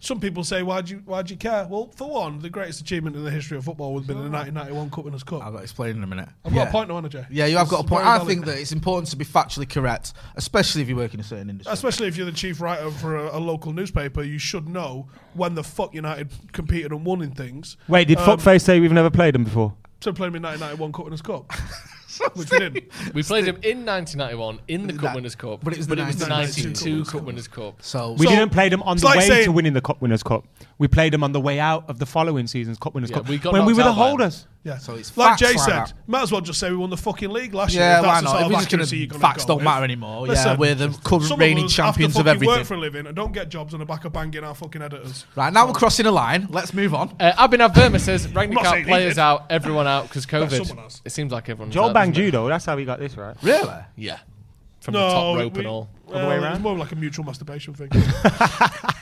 Speaker 2: some people say, why do you, why do you care? Well, for one, the greatest achievement in the history of football would have been the 1991 Cup Winners' Cup.
Speaker 5: I'll
Speaker 2: I've
Speaker 5: explain in a minute.
Speaker 2: got a point to honour, Jay.
Speaker 5: Yeah, you have
Speaker 2: This
Speaker 5: got
Speaker 2: is
Speaker 5: a point.
Speaker 2: very
Speaker 5: I
Speaker 2: valid.
Speaker 5: think that it's important to be factually correct, especially if you work in a certain industry.
Speaker 2: Especially if you're the chief writer for a, a local newspaper, you should know when the fuck United competed and won in things.
Speaker 4: Wait, did
Speaker 2: Um,
Speaker 4: Fuckface say we've never played them before?
Speaker 2: So played them in 1991 Cup Winners' Cup, which we didn't.
Speaker 3: We played him in 1991 in the Cup
Speaker 5: That-
Speaker 3: Winners' Cup,
Speaker 5: but it was the
Speaker 2: 92
Speaker 3: 92
Speaker 2: Cup
Speaker 3: Cup Winners' Cup.
Speaker 5: so,
Speaker 4: We
Speaker 2: So,
Speaker 4: didn't play them on
Speaker 2: it's
Speaker 4: the
Speaker 2: like
Speaker 4: way
Speaker 2: saying-
Speaker 4: to winning the Cup Winners' Cup. We played them on the way out of the following season's Cup Winners'
Speaker 3: Yeah,
Speaker 4: Cup
Speaker 3: we got
Speaker 4: when we
Speaker 3: knocked
Speaker 4: were the
Speaker 3: out by them.
Speaker 4: holders.
Speaker 2: Yeah.
Speaker 5: So it's
Speaker 2: like
Speaker 5: facts
Speaker 2: Jay
Speaker 5: like
Speaker 2: said,
Speaker 5: that.
Speaker 2: might as well just say we won the fucking league last
Speaker 5: yeah,
Speaker 2: year.
Speaker 5: why
Speaker 2: That's the
Speaker 5: not?
Speaker 2: sort
Speaker 5: If
Speaker 2: of
Speaker 5: we're just
Speaker 2: accuracy
Speaker 5: gonna,
Speaker 2: you're gonna
Speaker 5: facts
Speaker 2: go
Speaker 5: don't
Speaker 2: with.
Speaker 5: matter anymore. yeah,
Speaker 2: Listen,
Speaker 5: we're the current
Speaker 2: Some of
Speaker 5: reigning
Speaker 2: us have to
Speaker 5: champions of
Speaker 2: fucking
Speaker 5: everything.
Speaker 2: work for a living and don't get jobs on the back of banging our fucking head at us.
Speaker 5: right now, we're crossing a line. Let's move on.
Speaker 3: Uh, Abin Verma says
Speaker 2: Not
Speaker 3: Ragnik
Speaker 2: saying
Speaker 3: out,
Speaker 2: he
Speaker 3: players
Speaker 2: did.
Speaker 3: out, everyone out because
Speaker 2: someone else.
Speaker 3: COVID. It seems like everyone.
Speaker 4: Joel
Speaker 3: out, doesn't
Speaker 4: banged
Speaker 3: it?
Speaker 4: you though. That's how we got this right.
Speaker 5: Really?
Speaker 3: Yeah, from
Speaker 2: no,
Speaker 3: the top rope
Speaker 2: we-
Speaker 3: and all.
Speaker 2: well,
Speaker 4: Other way
Speaker 2: It's
Speaker 4: around?
Speaker 2: more like a mutual masturbation thing.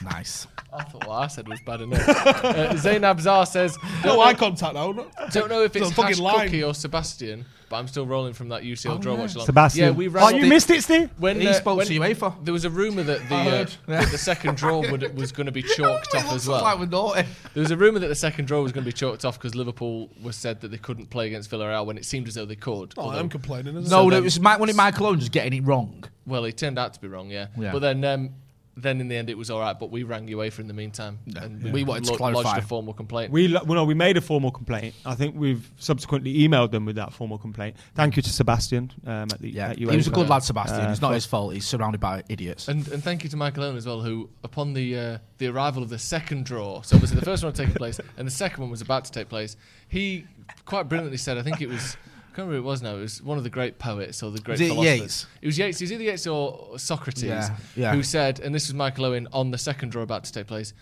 Speaker 5: nice.
Speaker 3: I thought what I said was bad enough. uh, Zainab Zar says,
Speaker 2: no
Speaker 3: "Don't
Speaker 2: eye
Speaker 3: know-
Speaker 2: contact though. no.
Speaker 3: Don't know if
Speaker 2: It's
Speaker 3: it's
Speaker 2: a fucking
Speaker 3: Hash
Speaker 2: line. Oh,
Speaker 3: Cookie or Sebastian, but I'm still rolling from that UCL draw watch along.
Speaker 4: Sebastian.
Speaker 3: Yeah, we ran
Speaker 4: oh, you
Speaker 3: the-
Speaker 4: missed it, Steve.
Speaker 3: When,
Speaker 5: He
Speaker 3: uh,
Speaker 5: spoke
Speaker 3: when
Speaker 5: to UEFA.
Speaker 3: There was a rumour that the
Speaker 2: I
Speaker 3: uh,
Speaker 2: heard.
Speaker 3: that the second draw would, was going to be chalked off as well.
Speaker 5: Like we're naughty.
Speaker 3: There was a rumour that the second draw was going to be chalked off because Liverpool was said that they couldn't play against Villarreal when it seemed as though they could.
Speaker 2: Oh,
Speaker 3: although-
Speaker 2: I'm complaining. Isn't
Speaker 5: No,
Speaker 2: it?
Speaker 5: it was Mike. Wasn't it Michael Owen just getting it wrong?
Speaker 3: well, it turned out to be wrong, yeah.
Speaker 5: Yeah.
Speaker 3: But then, um, then in the end, it was all right. But we rang UEFA in the meantime, and
Speaker 5: We wanted to
Speaker 3: lo-
Speaker 5: clarify.
Speaker 3: lodged a formal complaint.
Speaker 4: We lo- well, no, we made a formal complaint. I think we've subsequently emailed them with that formal complaint. Thank you to Sebastian um, at the
Speaker 5: Yeah,
Speaker 4: at
Speaker 5: he was a
Speaker 4: UEFA.
Speaker 5: good lad, Sebastian.
Speaker 4: Uh,
Speaker 5: it's not his fault. He's surrounded by idiots.
Speaker 3: And, and thank you to Michael Owen as well, who, upon the uh, the arrival of the second draw, so obviously the first one had taken place and the second one was about to take place, he quite brilliantly said, I think it was I can't remember who it was now. It was one of the great poets or the great
Speaker 5: Was it
Speaker 3: philosophers.
Speaker 5: Yeats?
Speaker 3: It was Yeats. It was either Yeats or Socrates
Speaker 5: Yeah, yeah.
Speaker 3: who said, and this was Michael Owen on the second draw about to take place.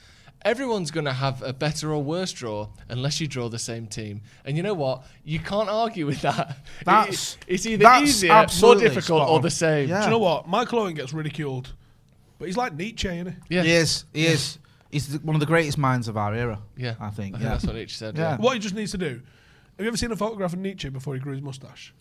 Speaker 3: Everyone's going to have a better or worse draw unless you draw the same team. And you know what? You can't argue with that. It-
Speaker 5: That's-
Speaker 3: it's either
Speaker 5: that's
Speaker 3: easier, more
Speaker 5: absolutely
Speaker 3: difficult,
Speaker 5: spot
Speaker 3: or
Speaker 5: on.
Speaker 3: the same.
Speaker 5: Yeah.
Speaker 2: Do you know what? Michael Owen gets ridiculed, but he's like Nietzsche, isn't he?
Speaker 3: Yeah.
Speaker 5: He is. He is. He's the, one of the greatest minds of our era.
Speaker 3: Yeah.
Speaker 5: I think. yeah.
Speaker 3: that's what Nietzsche said.
Speaker 5: Yeah.
Speaker 3: Yeah.
Speaker 2: What he just needs to do. Have you ever seen a photograph of Nietzsche before he grew his mustache?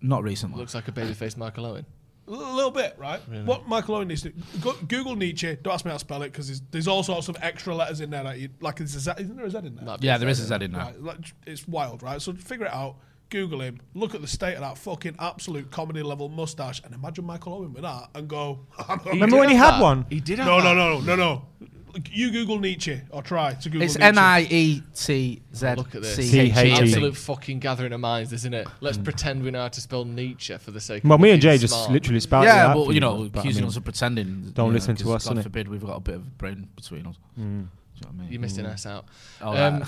Speaker 5: Not recently.
Speaker 3: Looks like a baby-faced Michael Owen.
Speaker 2: A little bit, right? What Michael Owen needs to go, Google Nietzsche. Don't ask me how to spell it because there's all sorts of extra letters in there that you like. There's a Z, isn't there a Z in there?
Speaker 3: Might be
Speaker 5: yeah, there is a Z in that.
Speaker 2: Right, like, it's wild, right? So figure it out. Google him. Look at the state of that fucking absolute comedy level mustache, and imagine Michael Owen with that, and go.
Speaker 4: Remember
Speaker 3: did
Speaker 4: when he
Speaker 3: have
Speaker 4: had
Speaker 3: that.
Speaker 4: one?
Speaker 3: He did have
Speaker 2: no,
Speaker 3: that.
Speaker 2: no, no, no, no. You Google Nietzsche or try to Google.
Speaker 5: It's
Speaker 2: Nietzsche.
Speaker 5: N I E T Z
Speaker 3: Oh, Look at this.
Speaker 4: Hey,
Speaker 5: C H
Speaker 4: T.
Speaker 5: E. Mm.
Speaker 3: Absolute fucking gathering of minds, isn't it? Let's pretend we know how to spell Nietzsche for the sake.
Speaker 4: Well,
Speaker 3: of
Speaker 4: me and
Speaker 3: being
Speaker 4: Jay just
Speaker 3: smart.
Speaker 4: literally spouted it
Speaker 5: Yeah,
Speaker 4: out
Speaker 5: but
Speaker 4: for
Speaker 5: you know,
Speaker 4: but I
Speaker 5: accusing
Speaker 4: mean,
Speaker 5: us of pretending.
Speaker 4: don't
Speaker 5: you know,
Speaker 4: listen to
Speaker 5: 'cause
Speaker 4: us,
Speaker 5: God
Speaker 4: innit?
Speaker 5: forbid, we've got a bit of brain between us. Do you know what I mean?
Speaker 3: You're missing us out.
Speaker 5: Oh,
Speaker 3: Um,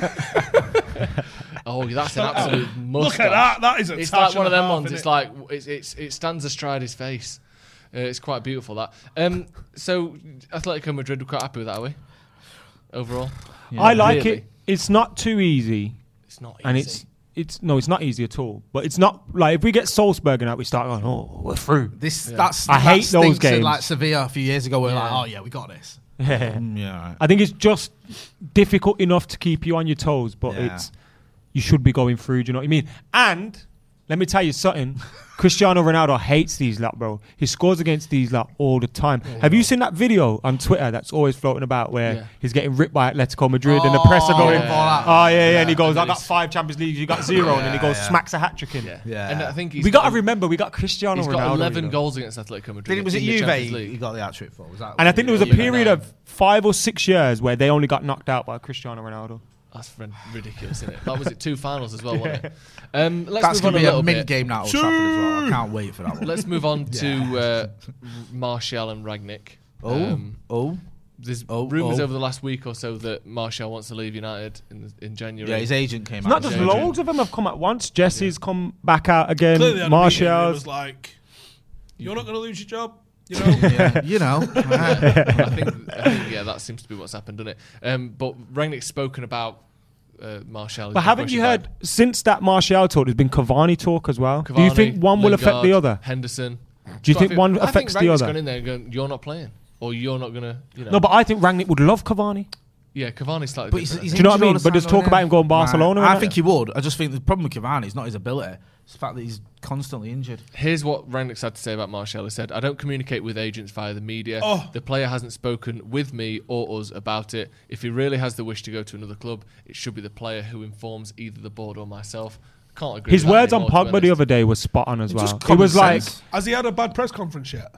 Speaker 5: right.
Speaker 3: oh, that's an absolute must.
Speaker 2: Look at that. That is a
Speaker 3: It's
Speaker 2: tash
Speaker 3: like
Speaker 2: and
Speaker 3: one of
Speaker 2: a
Speaker 3: them
Speaker 2: half,
Speaker 3: ones.
Speaker 2: innit?
Speaker 3: It's like it's, it's it stands astride his face. Uh, it's quite beautiful that. Um, so Atletico Madrid, we're quite happy with that, are we? Overall,
Speaker 4: I like
Speaker 3: Really?
Speaker 4: it. It's not too easy,
Speaker 3: it's not easy.
Speaker 4: and it's it's no, it's not easy at all. But it's not like if we get Salzburg and that, we start going, oh, we're through.
Speaker 5: This that's
Speaker 4: I
Speaker 5: that
Speaker 4: hate
Speaker 5: stinks
Speaker 4: those
Speaker 5: in,
Speaker 4: games.
Speaker 5: Like Sevilla a few years ago, we were
Speaker 3: Yeah.
Speaker 5: like, oh yeah, we got this. Mm, yeah. Right.
Speaker 4: I think it's just difficult enough to keep you on your toes, but
Speaker 5: Yeah.
Speaker 4: it's you should be going through. Do you know what I mean? And let me tell you something. Cristiano Ronaldo hates these lot, bro. He scores against these lot all the time. Have you seen that video on Twitter that's always floating about where
Speaker 3: Yeah.
Speaker 4: he's getting ripped by Atletico Madrid and the press are going,
Speaker 5: yeah.
Speaker 4: "Oh yeah, yeah," and he goes,
Speaker 3: And
Speaker 4: "I
Speaker 3: then
Speaker 4: got
Speaker 3: he's-
Speaker 4: five Champions Leagues, you got zero, and then he
Speaker 5: Yeah,
Speaker 4: goes,
Speaker 5: yeah.
Speaker 4: smacks a hat trick in.
Speaker 3: yeah.
Speaker 5: Yeah.
Speaker 3: And uh, I think he's
Speaker 4: We got
Speaker 3: got
Speaker 4: to remember, we got Cristiano
Speaker 3: He's
Speaker 4: Ronaldo.
Speaker 3: got
Speaker 4: you
Speaker 3: 11
Speaker 4: know.
Speaker 3: goals against Atletico Madrid.
Speaker 5: Did it, was it
Speaker 3: in the
Speaker 5: Juve?
Speaker 3: Champions
Speaker 5: He
Speaker 3: League.
Speaker 5: got the hat trick for. Was that?
Speaker 4: And I think there was a
Speaker 3: Yeah, yeah,
Speaker 4: period
Speaker 3: yeah.
Speaker 4: of five or six years where they only got knocked out by Cristiano Ronaldo.
Speaker 3: That's rid- ridiculous, isn't it? That was it two finals as well, wasn't it? Um, let's
Speaker 5: That's
Speaker 3: move
Speaker 5: gonna
Speaker 3: on
Speaker 5: be
Speaker 3: a
Speaker 5: a
Speaker 3: little
Speaker 5: mini
Speaker 3: bit.
Speaker 5: game now. Old Trafford as well. I can't wait for that one.
Speaker 3: Let's move on to uh, Martial and Ragnick. Um,
Speaker 5: oh, oh,
Speaker 3: there's
Speaker 5: oh,
Speaker 3: rumours
Speaker 5: oh.
Speaker 3: over the last week or so that Martial wants to leave United in, in January.
Speaker 5: yeah. His agent came
Speaker 4: It's
Speaker 5: out.
Speaker 4: not
Speaker 5: and
Speaker 4: just
Speaker 5: said-
Speaker 3: Adrian.
Speaker 4: loads of them have come at once. Jesse's come back out again.
Speaker 2: Clearly they had a meeting and it
Speaker 4: Martial's.
Speaker 2: was like, you're not going to lose your job. You know,
Speaker 5: Yeah, you know. right.
Speaker 3: I, think, I think, yeah, that seems to be what's happened, doesn't it? Um, but Ragnick's spoken about uh, Martial.
Speaker 4: But haven't you heard since that Martial talk? There's been Cavani talk as well. Do you
Speaker 3: Cavani,
Speaker 4: think one will affect the
Speaker 3: Lingard,
Speaker 4: other?
Speaker 3: Henderson.
Speaker 4: Do you
Speaker 3: But I
Speaker 4: think one
Speaker 3: I
Speaker 4: affects
Speaker 3: think
Speaker 4: the
Speaker 3: Rangnick's
Speaker 4: other?
Speaker 3: gone in there and going, you're not playing, or you're not gonna, you know.
Speaker 4: No, but I think Rangnick would love Cavani.
Speaker 3: yeah, Cavani's slightly.
Speaker 5: But he's,
Speaker 3: different.
Speaker 5: he's
Speaker 4: Do you know what I
Speaker 5: injured all
Speaker 4: mean?
Speaker 5: the
Speaker 4: But
Speaker 5: time,
Speaker 4: just
Speaker 5: though,
Speaker 4: talk
Speaker 5: innit?
Speaker 4: about him going Barcelona,
Speaker 5: I
Speaker 4: innit?
Speaker 5: think he would. I just think the problem with Cavani is not his ability; it's the fact that he's constantly injured.
Speaker 3: Here's what Rangnick's had to say about Martial. He said, I don't communicate with agents via the media.
Speaker 2: Oh.
Speaker 3: The player hasn't spoken with me or us about it. If he really has the wish to go to another club, it should be the player who informs either the board or myself. Can't agree
Speaker 4: His
Speaker 3: with that
Speaker 4: words on
Speaker 3: anymore, to be
Speaker 4: Pogba the
Speaker 3: honest.
Speaker 4: other day was spot on as
Speaker 5: Just
Speaker 4: well. It
Speaker 5: common
Speaker 4: was like,
Speaker 5: sense.
Speaker 2: has he had a bad press conference yet?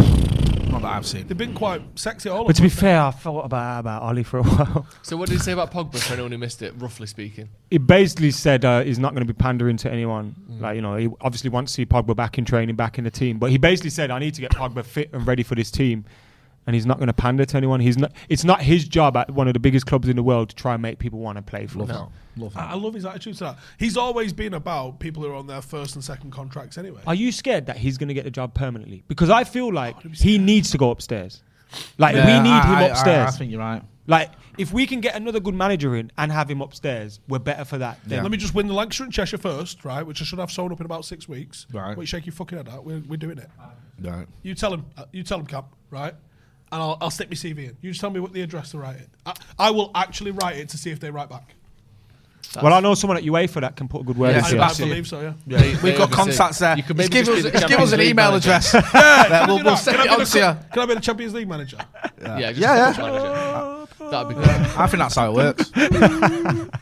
Speaker 5: Not that I've seen.
Speaker 2: They've been quite sexy all.
Speaker 4: but
Speaker 2: of
Speaker 4: to be
Speaker 2: them.
Speaker 4: fair, I thought about about Ollie for a while.
Speaker 3: So, what did he say about Pogba for anyone who missed it, roughly speaking?
Speaker 4: He basically said uh, he's not going to be pandering to anyone.
Speaker 5: Mm.
Speaker 4: Like you know, he obviously wants to see Pogba back in training, back in the team. But he basically said, "I need to get Pogba fit and ready for this team." And he's not going to pander to anyone. He's not. It's not his job at one of the biggest clubs in the world to try and make people want to play for. him.
Speaker 5: Love
Speaker 2: I I love his attitude to that. He's always been about people who are on their first and second contracts anyway.
Speaker 4: Are you scared that he's going to get the job permanently? Because I feel like he needs to go upstairs. Like we need him upstairs.
Speaker 5: I, think you're right.
Speaker 4: like if we can get another good manager in and have him upstairs, we're better for that. than-
Speaker 5: Yeah.
Speaker 2: Let me just win the Lancashire and Cheshire first, right? Which I should have sewn up in about six weeks.
Speaker 5: Right.
Speaker 2: Wait, shake your fucking head out. We're, we're doing it.
Speaker 5: Right.
Speaker 2: You tell him. uh, You tell him, Cap. Right. And I'll, I'll stick my CV in. You just tell me what the address to write it. I, I will actually write it to see if they write back.
Speaker 4: Well, I know someone at UEFA that can put a good word.
Speaker 5: Yeah,
Speaker 2: I,
Speaker 4: in
Speaker 5: so
Speaker 4: for
Speaker 2: I
Speaker 4: us.
Speaker 5: that's it.
Speaker 2: believe so. Yeah.
Speaker 3: They-
Speaker 5: We've
Speaker 3: they
Speaker 5: got
Speaker 3: oversee-
Speaker 5: contacts there.
Speaker 3: You could
Speaker 5: Just
Speaker 3: maybe
Speaker 5: give
Speaker 3: just
Speaker 5: us,
Speaker 3: be the
Speaker 5: just give us
Speaker 3: Champions
Speaker 5: an
Speaker 3: League
Speaker 5: email
Speaker 3: manager.
Speaker 5: address.
Speaker 2: Can I
Speaker 5: yeah, we'll,
Speaker 2: do
Speaker 5: we'll
Speaker 2: that?
Speaker 5: send
Speaker 2: Can I
Speaker 5: it
Speaker 2: be
Speaker 5: on
Speaker 2: the
Speaker 5: to
Speaker 2: cl-
Speaker 5: you.
Speaker 2: Can I be the Champions League manager?
Speaker 3: Yeah, just
Speaker 5: Yeah,
Speaker 3: a manager. That'd be great.
Speaker 5: I think that's how it works.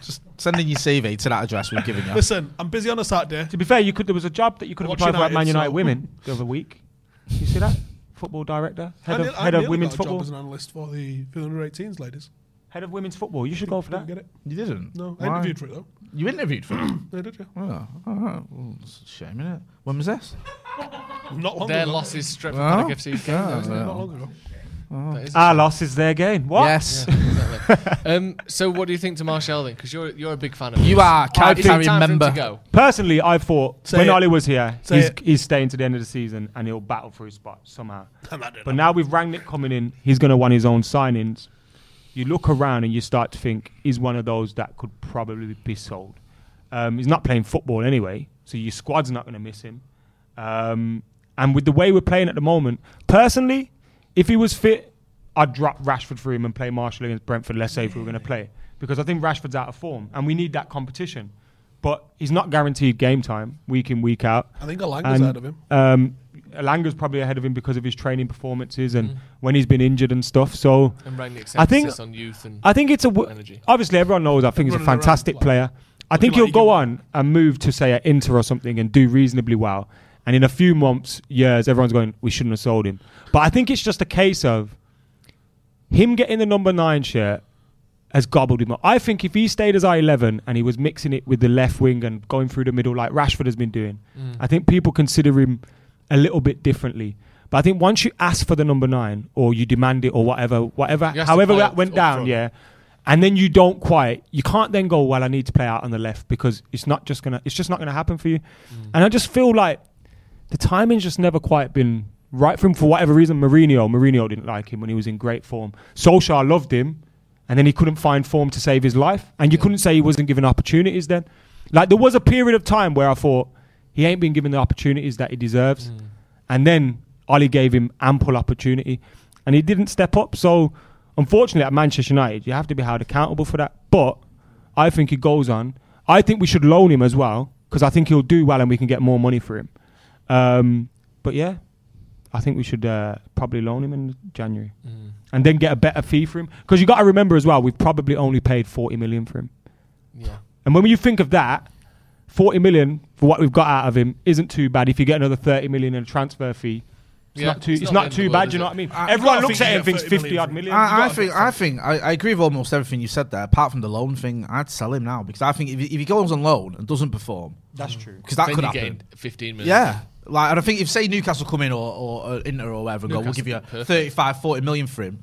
Speaker 5: just sending your CV to that address we've given you.
Speaker 2: Listen, I'm busy on a Saturday.
Speaker 4: To be fair, you could there was a job that you could have
Speaker 2: Watch
Speaker 4: applied for at
Speaker 2: United,
Speaker 4: Man United
Speaker 2: so-
Speaker 4: Women the other week. You see that? Football director,
Speaker 2: I
Speaker 4: head
Speaker 2: ne-
Speaker 4: of,
Speaker 2: I
Speaker 4: head of
Speaker 2: nearly
Speaker 4: women's
Speaker 2: got a job
Speaker 4: football,
Speaker 2: as an analyst for the for the under 18s ladies.
Speaker 4: head of women's football. You should go Oh, for
Speaker 2: Didn't
Speaker 4: that.
Speaker 2: get it?
Speaker 5: You didn't?
Speaker 2: No, I
Speaker 5: Why?
Speaker 2: interviewed for it though.
Speaker 5: You interviewed for it?
Speaker 2: No, did you?
Speaker 5: Oh, all right. Well, it's a shame, isn't it? When was this?
Speaker 2: Not long
Speaker 3: Their
Speaker 2: ago.
Speaker 3: losses stripped
Speaker 5: Well,
Speaker 3: from Paddock FC's game.
Speaker 5: yeah, Ah.
Speaker 3: though, isn't it?
Speaker 5: well.
Speaker 2: Not long ago.
Speaker 3: That is a
Speaker 4: Our
Speaker 3: shame.
Speaker 4: loss is their gain. What?
Speaker 5: Yes.
Speaker 3: Exactly. um, so what do you think to Martial then? Because you're you're a big fan of.
Speaker 5: You
Speaker 3: his.
Speaker 5: are,
Speaker 3: Is it
Speaker 5: carry
Speaker 3: time for him
Speaker 5: member.
Speaker 3: to go?
Speaker 4: Personally, I thought
Speaker 2: Say
Speaker 4: when
Speaker 2: it.
Speaker 4: Ali was here,
Speaker 2: Say
Speaker 4: he's,
Speaker 2: it.
Speaker 4: he's staying to the end of the season and he'll battle for his spot somehow.
Speaker 2: I'm not doing
Speaker 4: But now with Rangnick coming in, he's going to want his own signings. You look around and you start to think he's one of those that could probably be sold. Um, he's not playing football anyway, so your squad's not going to miss him. Um, and with the way we're playing at the moment, personally, if he was fit, I'd drop Rashford for him and play Marshall against Brentford. Let's say if we were going to play, because I think Rashford's out of form and we need that competition. But he's not guaranteed game time week in week out.
Speaker 2: I think Olanga's
Speaker 4: And,
Speaker 2: out of him.
Speaker 4: Um, Alanga's probably ahead of him because of his training performances
Speaker 2: Mm.
Speaker 4: and when he's been injured and stuff. So
Speaker 3: And Rangnick's
Speaker 4: I think-
Speaker 3: emphasis on youth and
Speaker 4: I think it's a. W-
Speaker 3: Energy.
Speaker 4: obviously, everyone knows. I think he's a
Speaker 2: Running around
Speaker 4: fantastic
Speaker 2: like-
Speaker 4: player. I think
Speaker 2: like
Speaker 4: he'll go
Speaker 2: you-
Speaker 4: on and move to say at Inter or something and do reasonably well. And in a few months, years, everyone's going, we shouldn't have sold him. But I think it's just a case of him getting the number nine shirt has gobbled him up. I think if he stayed as I eleven and he was mixing it with the left wing and going through the middle like Rashford has been doing,
Speaker 3: Mm.
Speaker 4: I think people consider him a little bit differently. But I think once you ask for the number nine or you demand it or whatever, whatever,
Speaker 3: You have to
Speaker 4: however
Speaker 3: play
Speaker 4: that
Speaker 3: up-
Speaker 4: went
Speaker 3: up
Speaker 4: down,
Speaker 3: front.
Speaker 4: yeah, and then you don't quite, you can't then go, well, I need to play out on the left because it's not just gonna, it's just not gonna happen for you.
Speaker 3: Mm.
Speaker 4: And I just feel like the timing's just never quite been right for him for whatever reason. Mourinho, Mourinho didn't like him when he was in great form. Solskjaer loved him, and then he couldn't find form to save his life. And you couldn't say he wasn't given opportunities then. Like there was a period of time where I thought he ain't been given the opportunities that he deserves. And then Ali gave him ample opportunity, and he didn't step up. So unfortunately, at Manchester United, you have to be held accountable for that. But I think he goes on. I think we should loan him as well because I think he'll do well and we can get more money for him. Um, but yeah, I think we should uh, probably loan him in January
Speaker 3: Mm.
Speaker 4: and then get a better fee for him. Because you got to remember as well, we've probably only paid 40 million for him.
Speaker 3: yeah.
Speaker 4: And when you think of that, 40 million for what we've got out of him isn't too bad. If you get another 30 million in a transfer fee, it's
Speaker 3: Yeah,
Speaker 4: not too,
Speaker 3: it's
Speaker 4: it's
Speaker 3: not
Speaker 4: not
Speaker 3: the end of
Speaker 4: too
Speaker 3: the world,
Speaker 4: bad.
Speaker 3: is
Speaker 4: you know
Speaker 3: it?
Speaker 4: what I mean?
Speaker 2: I-
Speaker 4: Everyone
Speaker 2: I
Speaker 4: looks
Speaker 2: think you
Speaker 4: at it
Speaker 2: get
Speaker 4: and thinks
Speaker 2: 30 million
Speaker 4: 50 odd
Speaker 2: for him.
Speaker 4: million.
Speaker 2: You
Speaker 5: I, I
Speaker 2: gotta
Speaker 5: think
Speaker 2: think
Speaker 5: I think I, I agree with almost everything you said there. Apart from the loan thing, I'd sell him now because I think if, if he goes on loan and doesn't perform,
Speaker 4: That's true.
Speaker 5: because that
Speaker 3: Then
Speaker 5: could
Speaker 3: you're
Speaker 5: happen.
Speaker 3: getting 15 million.
Speaker 5: Yeah. Like, and I think if, say, Newcastle come in or, or, or Inter or whatever and go, we'll
Speaker 3: Newcastle
Speaker 5: give you
Speaker 3: perfect.
Speaker 5: 35, 40 million for him.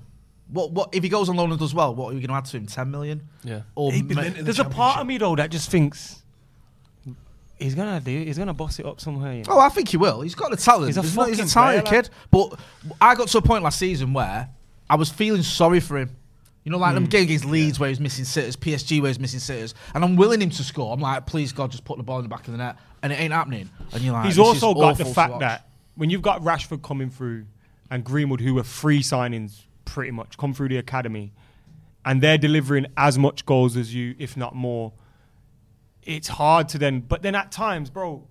Speaker 5: What, what if he goes on loan and does well? What are we going to add to him? 10 million?
Speaker 3: Yeah.
Speaker 5: Or
Speaker 2: He'd be
Speaker 5: ma-
Speaker 2: mint in the
Speaker 4: There's a part
Speaker 2: Championship.
Speaker 4: of me though that just thinks he's gonna do. He's gonna boss it up somewhere. You know?
Speaker 5: Oh, I think he will. He's got the talent.
Speaker 4: He's
Speaker 5: He's
Speaker 4: a
Speaker 5: a, not, he's a
Speaker 4: fucking
Speaker 5: talented
Speaker 4: player,
Speaker 5: kid. But I got to a point last season where I was feeling sorry for him. You know, like
Speaker 4: Hmm.
Speaker 5: them game against Leeds where he's missing sitters, PSG where he's missing sitters, and I'm willing him to score. I'm like, please God, just put the ball in the back of the net, and it ain't happening. And you're like,
Speaker 4: he's
Speaker 5: this is
Speaker 4: also got the
Speaker 5: awful to
Speaker 4: fact
Speaker 5: watch.
Speaker 4: that when you've got Rashford coming through and Greenwood, who were free signings pretty much, come through the academy, and they're delivering as much goals as you, if not more. It's hard to then, but then at times, bro.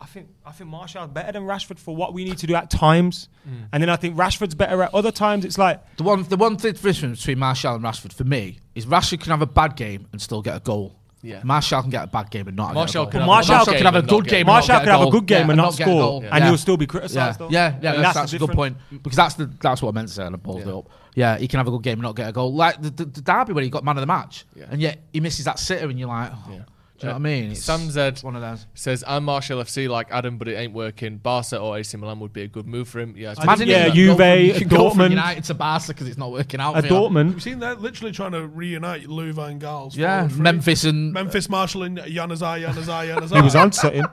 Speaker 4: I think I think Martial's better than Rashford for what we need to do at times,
Speaker 5: Mm.
Speaker 4: and then I think Rashford's better at other times. It's like
Speaker 5: the one the one thing difference between Marshall and Rashford for me is Rashford can have a bad game and still get a goal.
Speaker 3: Yeah.
Speaker 5: Marshall can get a bad game and not.
Speaker 3: Martial
Speaker 5: get a
Speaker 3: can
Speaker 5: goal.
Speaker 3: have
Speaker 5: But
Speaker 3: a
Speaker 5: Martial
Speaker 3: bad
Speaker 5: can
Speaker 3: game
Speaker 5: have a
Speaker 3: and not
Speaker 5: good
Speaker 3: get a
Speaker 5: game.
Speaker 3: goal.
Speaker 5: and not
Speaker 4: Martial
Speaker 5: get
Speaker 4: could have a
Speaker 5: goal.
Speaker 4: good
Speaker 5: Yeah,
Speaker 4: game and not
Speaker 5: get a
Speaker 4: score,
Speaker 5: goal.
Speaker 4: and
Speaker 5: Yeah.
Speaker 4: he'll still be
Speaker 5: Yeah,
Speaker 4: criticised. though.
Speaker 5: yeah, yeah. That's,
Speaker 4: the
Speaker 5: that's a good
Speaker 4: difference.
Speaker 5: point because that's the that's what I meant to say, and I pulled
Speaker 3: Yeah.
Speaker 5: it up. Yeah, he can have a good game and not get a goal. Like the, the, the derby when he got man of the match,
Speaker 3: Yeah.
Speaker 5: and yet he misses that sitter, and you're like, oh,
Speaker 3: Yeah.
Speaker 5: do you know
Speaker 3: Uh,
Speaker 5: what I mean? It's,
Speaker 3: Sam Zed
Speaker 5: it's one of those.
Speaker 3: says, I'm Martial FC like Adam, but it ain't working. Barca or AC Milan would be a good move for him. Yeah, it's
Speaker 4: think-
Speaker 5: Imagine
Speaker 4: yeah,
Speaker 5: if you
Speaker 4: Juve,
Speaker 5: go from- you can go from
Speaker 4: Dortmund.
Speaker 5: United to Barca because it's not working out.
Speaker 4: At
Speaker 5: for you.
Speaker 4: Dortmund,
Speaker 2: We've seen that literally trying to reunite Lou Van Gaal's.
Speaker 5: yeah,
Speaker 2: forward three.
Speaker 5: Memphis and
Speaker 2: Memphis Marshall and Yanazai, Yanazai, Yanazai.
Speaker 4: he was on something.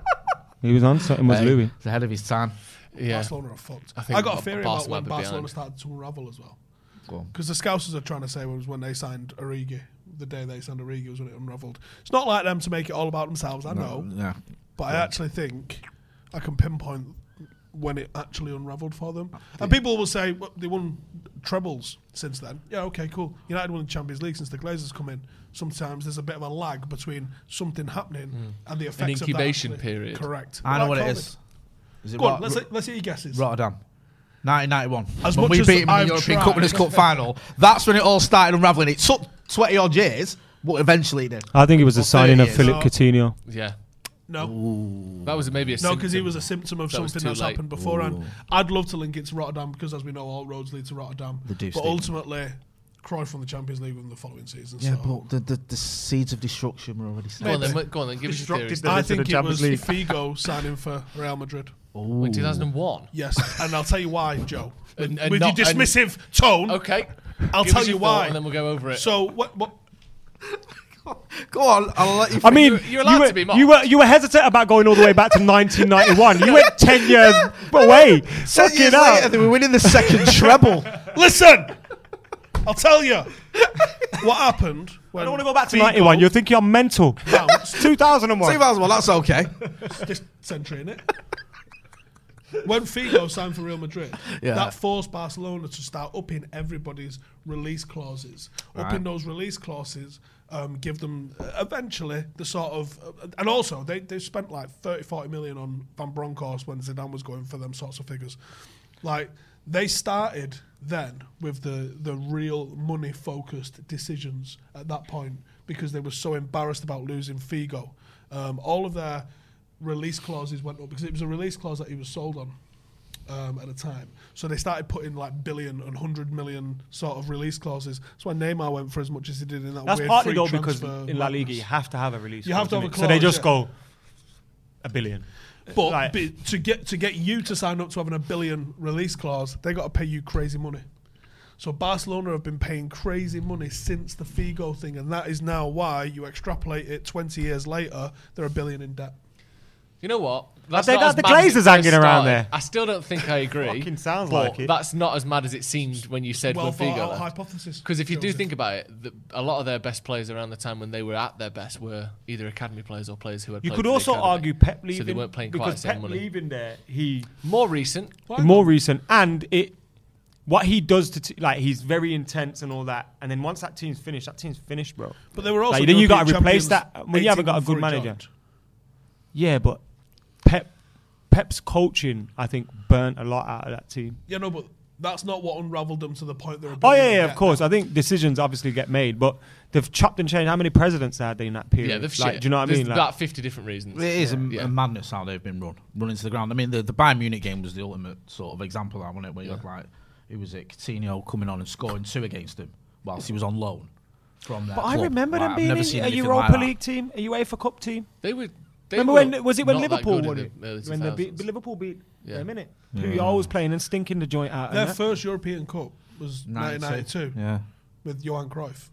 Speaker 4: He was on something with
Speaker 5: Hey,
Speaker 4: Louis.
Speaker 5: he's ahead of his time.
Speaker 3: yeah.
Speaker 2: Barcelona are fucked.
Speaker 3: I
Speaker 2: I,
Speaker 3: think
Speaker 2: got
Speaker 3: Bar-
Speaker 2: a theory
Speaker 3: Barca
Speaker 2: about when
Speaker 3: might be
Speaker 2: Barcelona
Speaker 3: behind.
Speaker 2: started to unravel as well.
Speaker 5: Go on.
Speaker 2: Because the Scousers are trying to say was when they signed Origi. The day they signed Origi was when it unravelled. It's not like them to make it all about themselves, I know.
Speaker 5: Yeah,
Speaker 2: But I actually think I can pinpoint when it actually unravelled for them. And people will say well, they won trebles since then. Yeah, okay, cool. United won the Champions League since the Glazers come in. Sometimes there's a bit of a lag between something happening and the effects of that
Speaker 3: Hmm. incubation
Speaker 2: actually-
Speaker 3: period.
Speaker 2: Correct.
Speaker 5: I know
Speaker 2: Like
Speaker 5: what it
Speaker 2: COVID.
Speaker 5: is. Is it
Speaker 2: Go
Speaker 5: Rot-
Speaker 2: on, let's, let's hear your guesses.
Speaker 5: Rotterdam. 1991.
Speaker 2: As
Speaker 5: when
Speaker 2: much
Speaker 5: we
Speaker 2: as
Speaker 5: beat him in the
Speaker 2: I've
Speaker 5: European
Speaker 2: tried.
Speaker 5: Cup Winners' Cup final, that's when it all started unraveling. It took 20 odd years, but eventually it did.
Speaker 4: I think it was the
Speaker 5: Well,
Speaker 4: signing of
Speaker 5: 30
Speaker 4: Philip
Speaker 2: years.
Speaker 4: Coutinho.
Speaker 3: Yeah.
Speaker 2: No.
Speaker 3: That was maybe a
Speaker 2: No, because he
Speaker 3: symptom.
Speaker 2: was a symptom of
Speaker 3: That was
Speaker 2: something
Speaker 3: too
Speaker 2: that's
Speaker 3: late.
Speaker 2: happened beforehand. I'd love to link it to Rotterdam because, as we know, all roads lead to Rotterdam.
Speaker 5: They do
Speaker 2: but
Speaker 5: stink.
Speaker 2: ultimately, Cruyff won the Champions League within the following season.
Speaker 5: Yeah,
Speaker 2: so.
Speaker 5: but the, the, the seeds of destruction were already
Speaker 3: Go on
Speaker 5: started.
Speaker 3: then, wait, go on then, give us your
Speaker 4: Disrupted
Speaker 3: theories.
Speaker 4: the-
Speaker 2: I
Speaker 4: into
Speaker 2: think it
Speaker 4: Champions
Speaker 2: was
Speaker 4: League.
Speaker 2: Figo signing for Real Madrid.
Speaker 3: Wait, 2001?
Speaker 2: Yes, and I'll tell you why, Joe. With,
Speaker 3: And- and
Speaker 2: with
Speaker 3: not-
Speaker 2: your
Speaker 3: and-
Speaker 2: dismissive tone,
Speaker 3: Okay.
Speaker 2: I'll
Speaker 3: Give us
Speaker 2: tell you
Speaker 3: your thought
Speaker 2: why.
Speaker 3: and then we'll go over it.
Speaker 2: So what? What?
Speaker 5: Go on, I'll let you.
Speaker 4: I mean,
Speaker 3: You're- you're allowed
Speaker 4: were,
Speaker 3: to be mocked.
Speaker 4: you were you were hesitant about going all the way back to 1991. You went ten years away.
Speaker 5: Ten
Speaker 4: Fucking
Speaker 5: years later,
Speaker 4: hell.
Speaker 5: they were winning the second treble.
Speaker 2: Listen, I'll tell you what happened. When
Speaker 4: I don't want to go back to
Speaker 2: Figo
Speaker 4: 91. You're thinking I'm mental.
Speaker 2: bounced
Speaker 4: It's 2001.
Speaker 5: Two miles, well, that's okay.
Speaker 2: this century in it. When Figo signed for Real Madrid,
Speaker 5: Yeah.
Speaker 2: that forced Barcelona to start upping everybody's release clauses. Upping those release clauses um, give them uh, eventually the sort of. Uh, and also, they, they spent like 30, 40 million on Van Bronckhorst when Zidane was going for them sorts of figures. Like, they started then with the, the real money focused decisions at that point because they were so embarrassed about losing Figo. Um, all of their release clauses went up because it was a release clause that he was sold on um, at the time. So they started putting like billion and hundred million sort of release clauses. That's why Neymar went for as much as he did in that
Speaker 4: That's
Speaker 2: weird
Speaker 4: partly
Speaker 2: free
Speaker 4: though because
Speaker 2: transfer
Speaker 4: in La Liga
Speaker 2: madness.
Speaker 4: you have to have a release.
Speaker 2: You have to
Speaker 4: clause,
Speaker 2: have a
Speaker 4: innit? So they
Speaker 2: clause,
Speaker 4: just
Speaker 2: yeah.
Speaker 4: go a billion.
Speaker 2: But
Speaker 4: Right.
Speaker 2: be- to get to get you to sign up to having a billion release clause, they got to pay you crazy money. So Barcelona have been paying crazy money since the Figo thing, and that is now why you extrapolate it twenty years later, they're a billion in debt.
Speaker 3: You know what?
Speaker 4: they
Speaker 3: not
Speaker 4: got
Speaker 3: as
Speaker 4: the
Speaker 3: mad as it
Speaker 4: Glazers
Speaker 3: first
Speaker 4: hanging around
Speaker 3: started.
Speaker 4: there?
Speaker 3: I still don't think I agree.
Speaker 4: Fucking sounds
Speaker 3: but
Speaker 4: like it.
Speaker 3: That's not as mad as it seemed when you said
Speaker 2: Well
Speaker 3: with
Speaker 2: thought out
Speaker 3: Figo.
Speaker 2: hypothesis.
Speaker 3: Because if you do
Speaker 2: Joseph.
Speaker 3: think about it, the, a lot of their best players around the time when they were at their best were either academy players or players who had.
Speaker 4: You
Speaker 3: played
Speaker 4: could
Speaker 3: for the
Speaker 4: also
Speaker 3: academy.
Speaker 4: argue Pep
Speaker 3: So
Speaker 4: leaving
Speaker 3: they weren't playing quite the
Speaker 4: because
Speaker 3: same
Speaker 4: Pep
Speaker 3: money.
Speaker 4: leaving there he
Speaker 3: More recent.
Speaker 4: more recent and it what he does to t- like he's very intense and all that and then once that team's finished that team's finished bro
Speaker 2: but they were also
Speaker 4: Like, then you gotta
Speaker 2: European
Speaker 4: replace
Speaker 2: champions
Speaker 4: that when you haven't
Speaker 2: 18
Speaker 4: got a good
Speaker 2: before he
Speaker 4: manager.
Speaker 2: joined.
Speaker 4: yeah but Pep Pep's coaching I think burnt a lot out of that team
Speaker 2: Yeah, no, but that's not what unravelled them to the point they're. a
Speaker 4: oh yeah
Speaker 2: billion
Speaker 4: yeah
Speaker 2: in
Speaker 4: of
Speaker 2: debt.
Speaker 4: course I think decisions obviously get made but they've chopped and changed how many presidents had they in that period
Speaker 3: Yeah, they've
Speaker 4: like,
Speaker 3: shit.
Speaker 4: do you know what I
Speaker 3: There's
Speaker 4: mean like,
Speaker 3: about 50 different reasons.
Speaker 5: It is a,
Speaker 3: Yeah.
Speaker 5: a madness how they've been run, run into the ground. I mean, the, the Bayern Munich game was the ultimate sort of example of that, wasn't it? Where you
Speaker 3: Yeah.
Speaker 5: had like, who was it? Coutinho coming on and scoring two against him whilst he was on loan from that.
Speaker 4: but I
Speaker 5: club.
Speaker 4: remember
Speaker 5: Like,
Speaker 4: them
Speaker 5: I've
Speaker 4: being
Speaker 5: never
Speaker 4: in
Speaker 5: seen
Speaker 4: a
Speaker 5: anything
Speaker 4: Europa
Speaker 5: like that.
Speaker 4: League team a UEFA Cup team
Speaker 3: They were. They
Speaker 4: Remember
Speaker 3: were
Speaker 4: when was it when
Speaker 3: not that
Speaker 4: Liverpool
Speaker 3: good in
Speaker 4: won
Speaker 3: the
Speaker 4: it?
Speaker 3: early
Speaker 4: When they
Speaker 3: 2000s.
Speaker 4: beat, Liverpool beat
Speaker 3: Yeah.
Speaker 4: them in it. Puyol was playing and stinking the joint out.
Speaker 2: Their
Speaker 4: and that.
Speaker 2: first European Cup was 1992
Speaker 5: Yeah.
Speaker 2: with Johan Cruyff,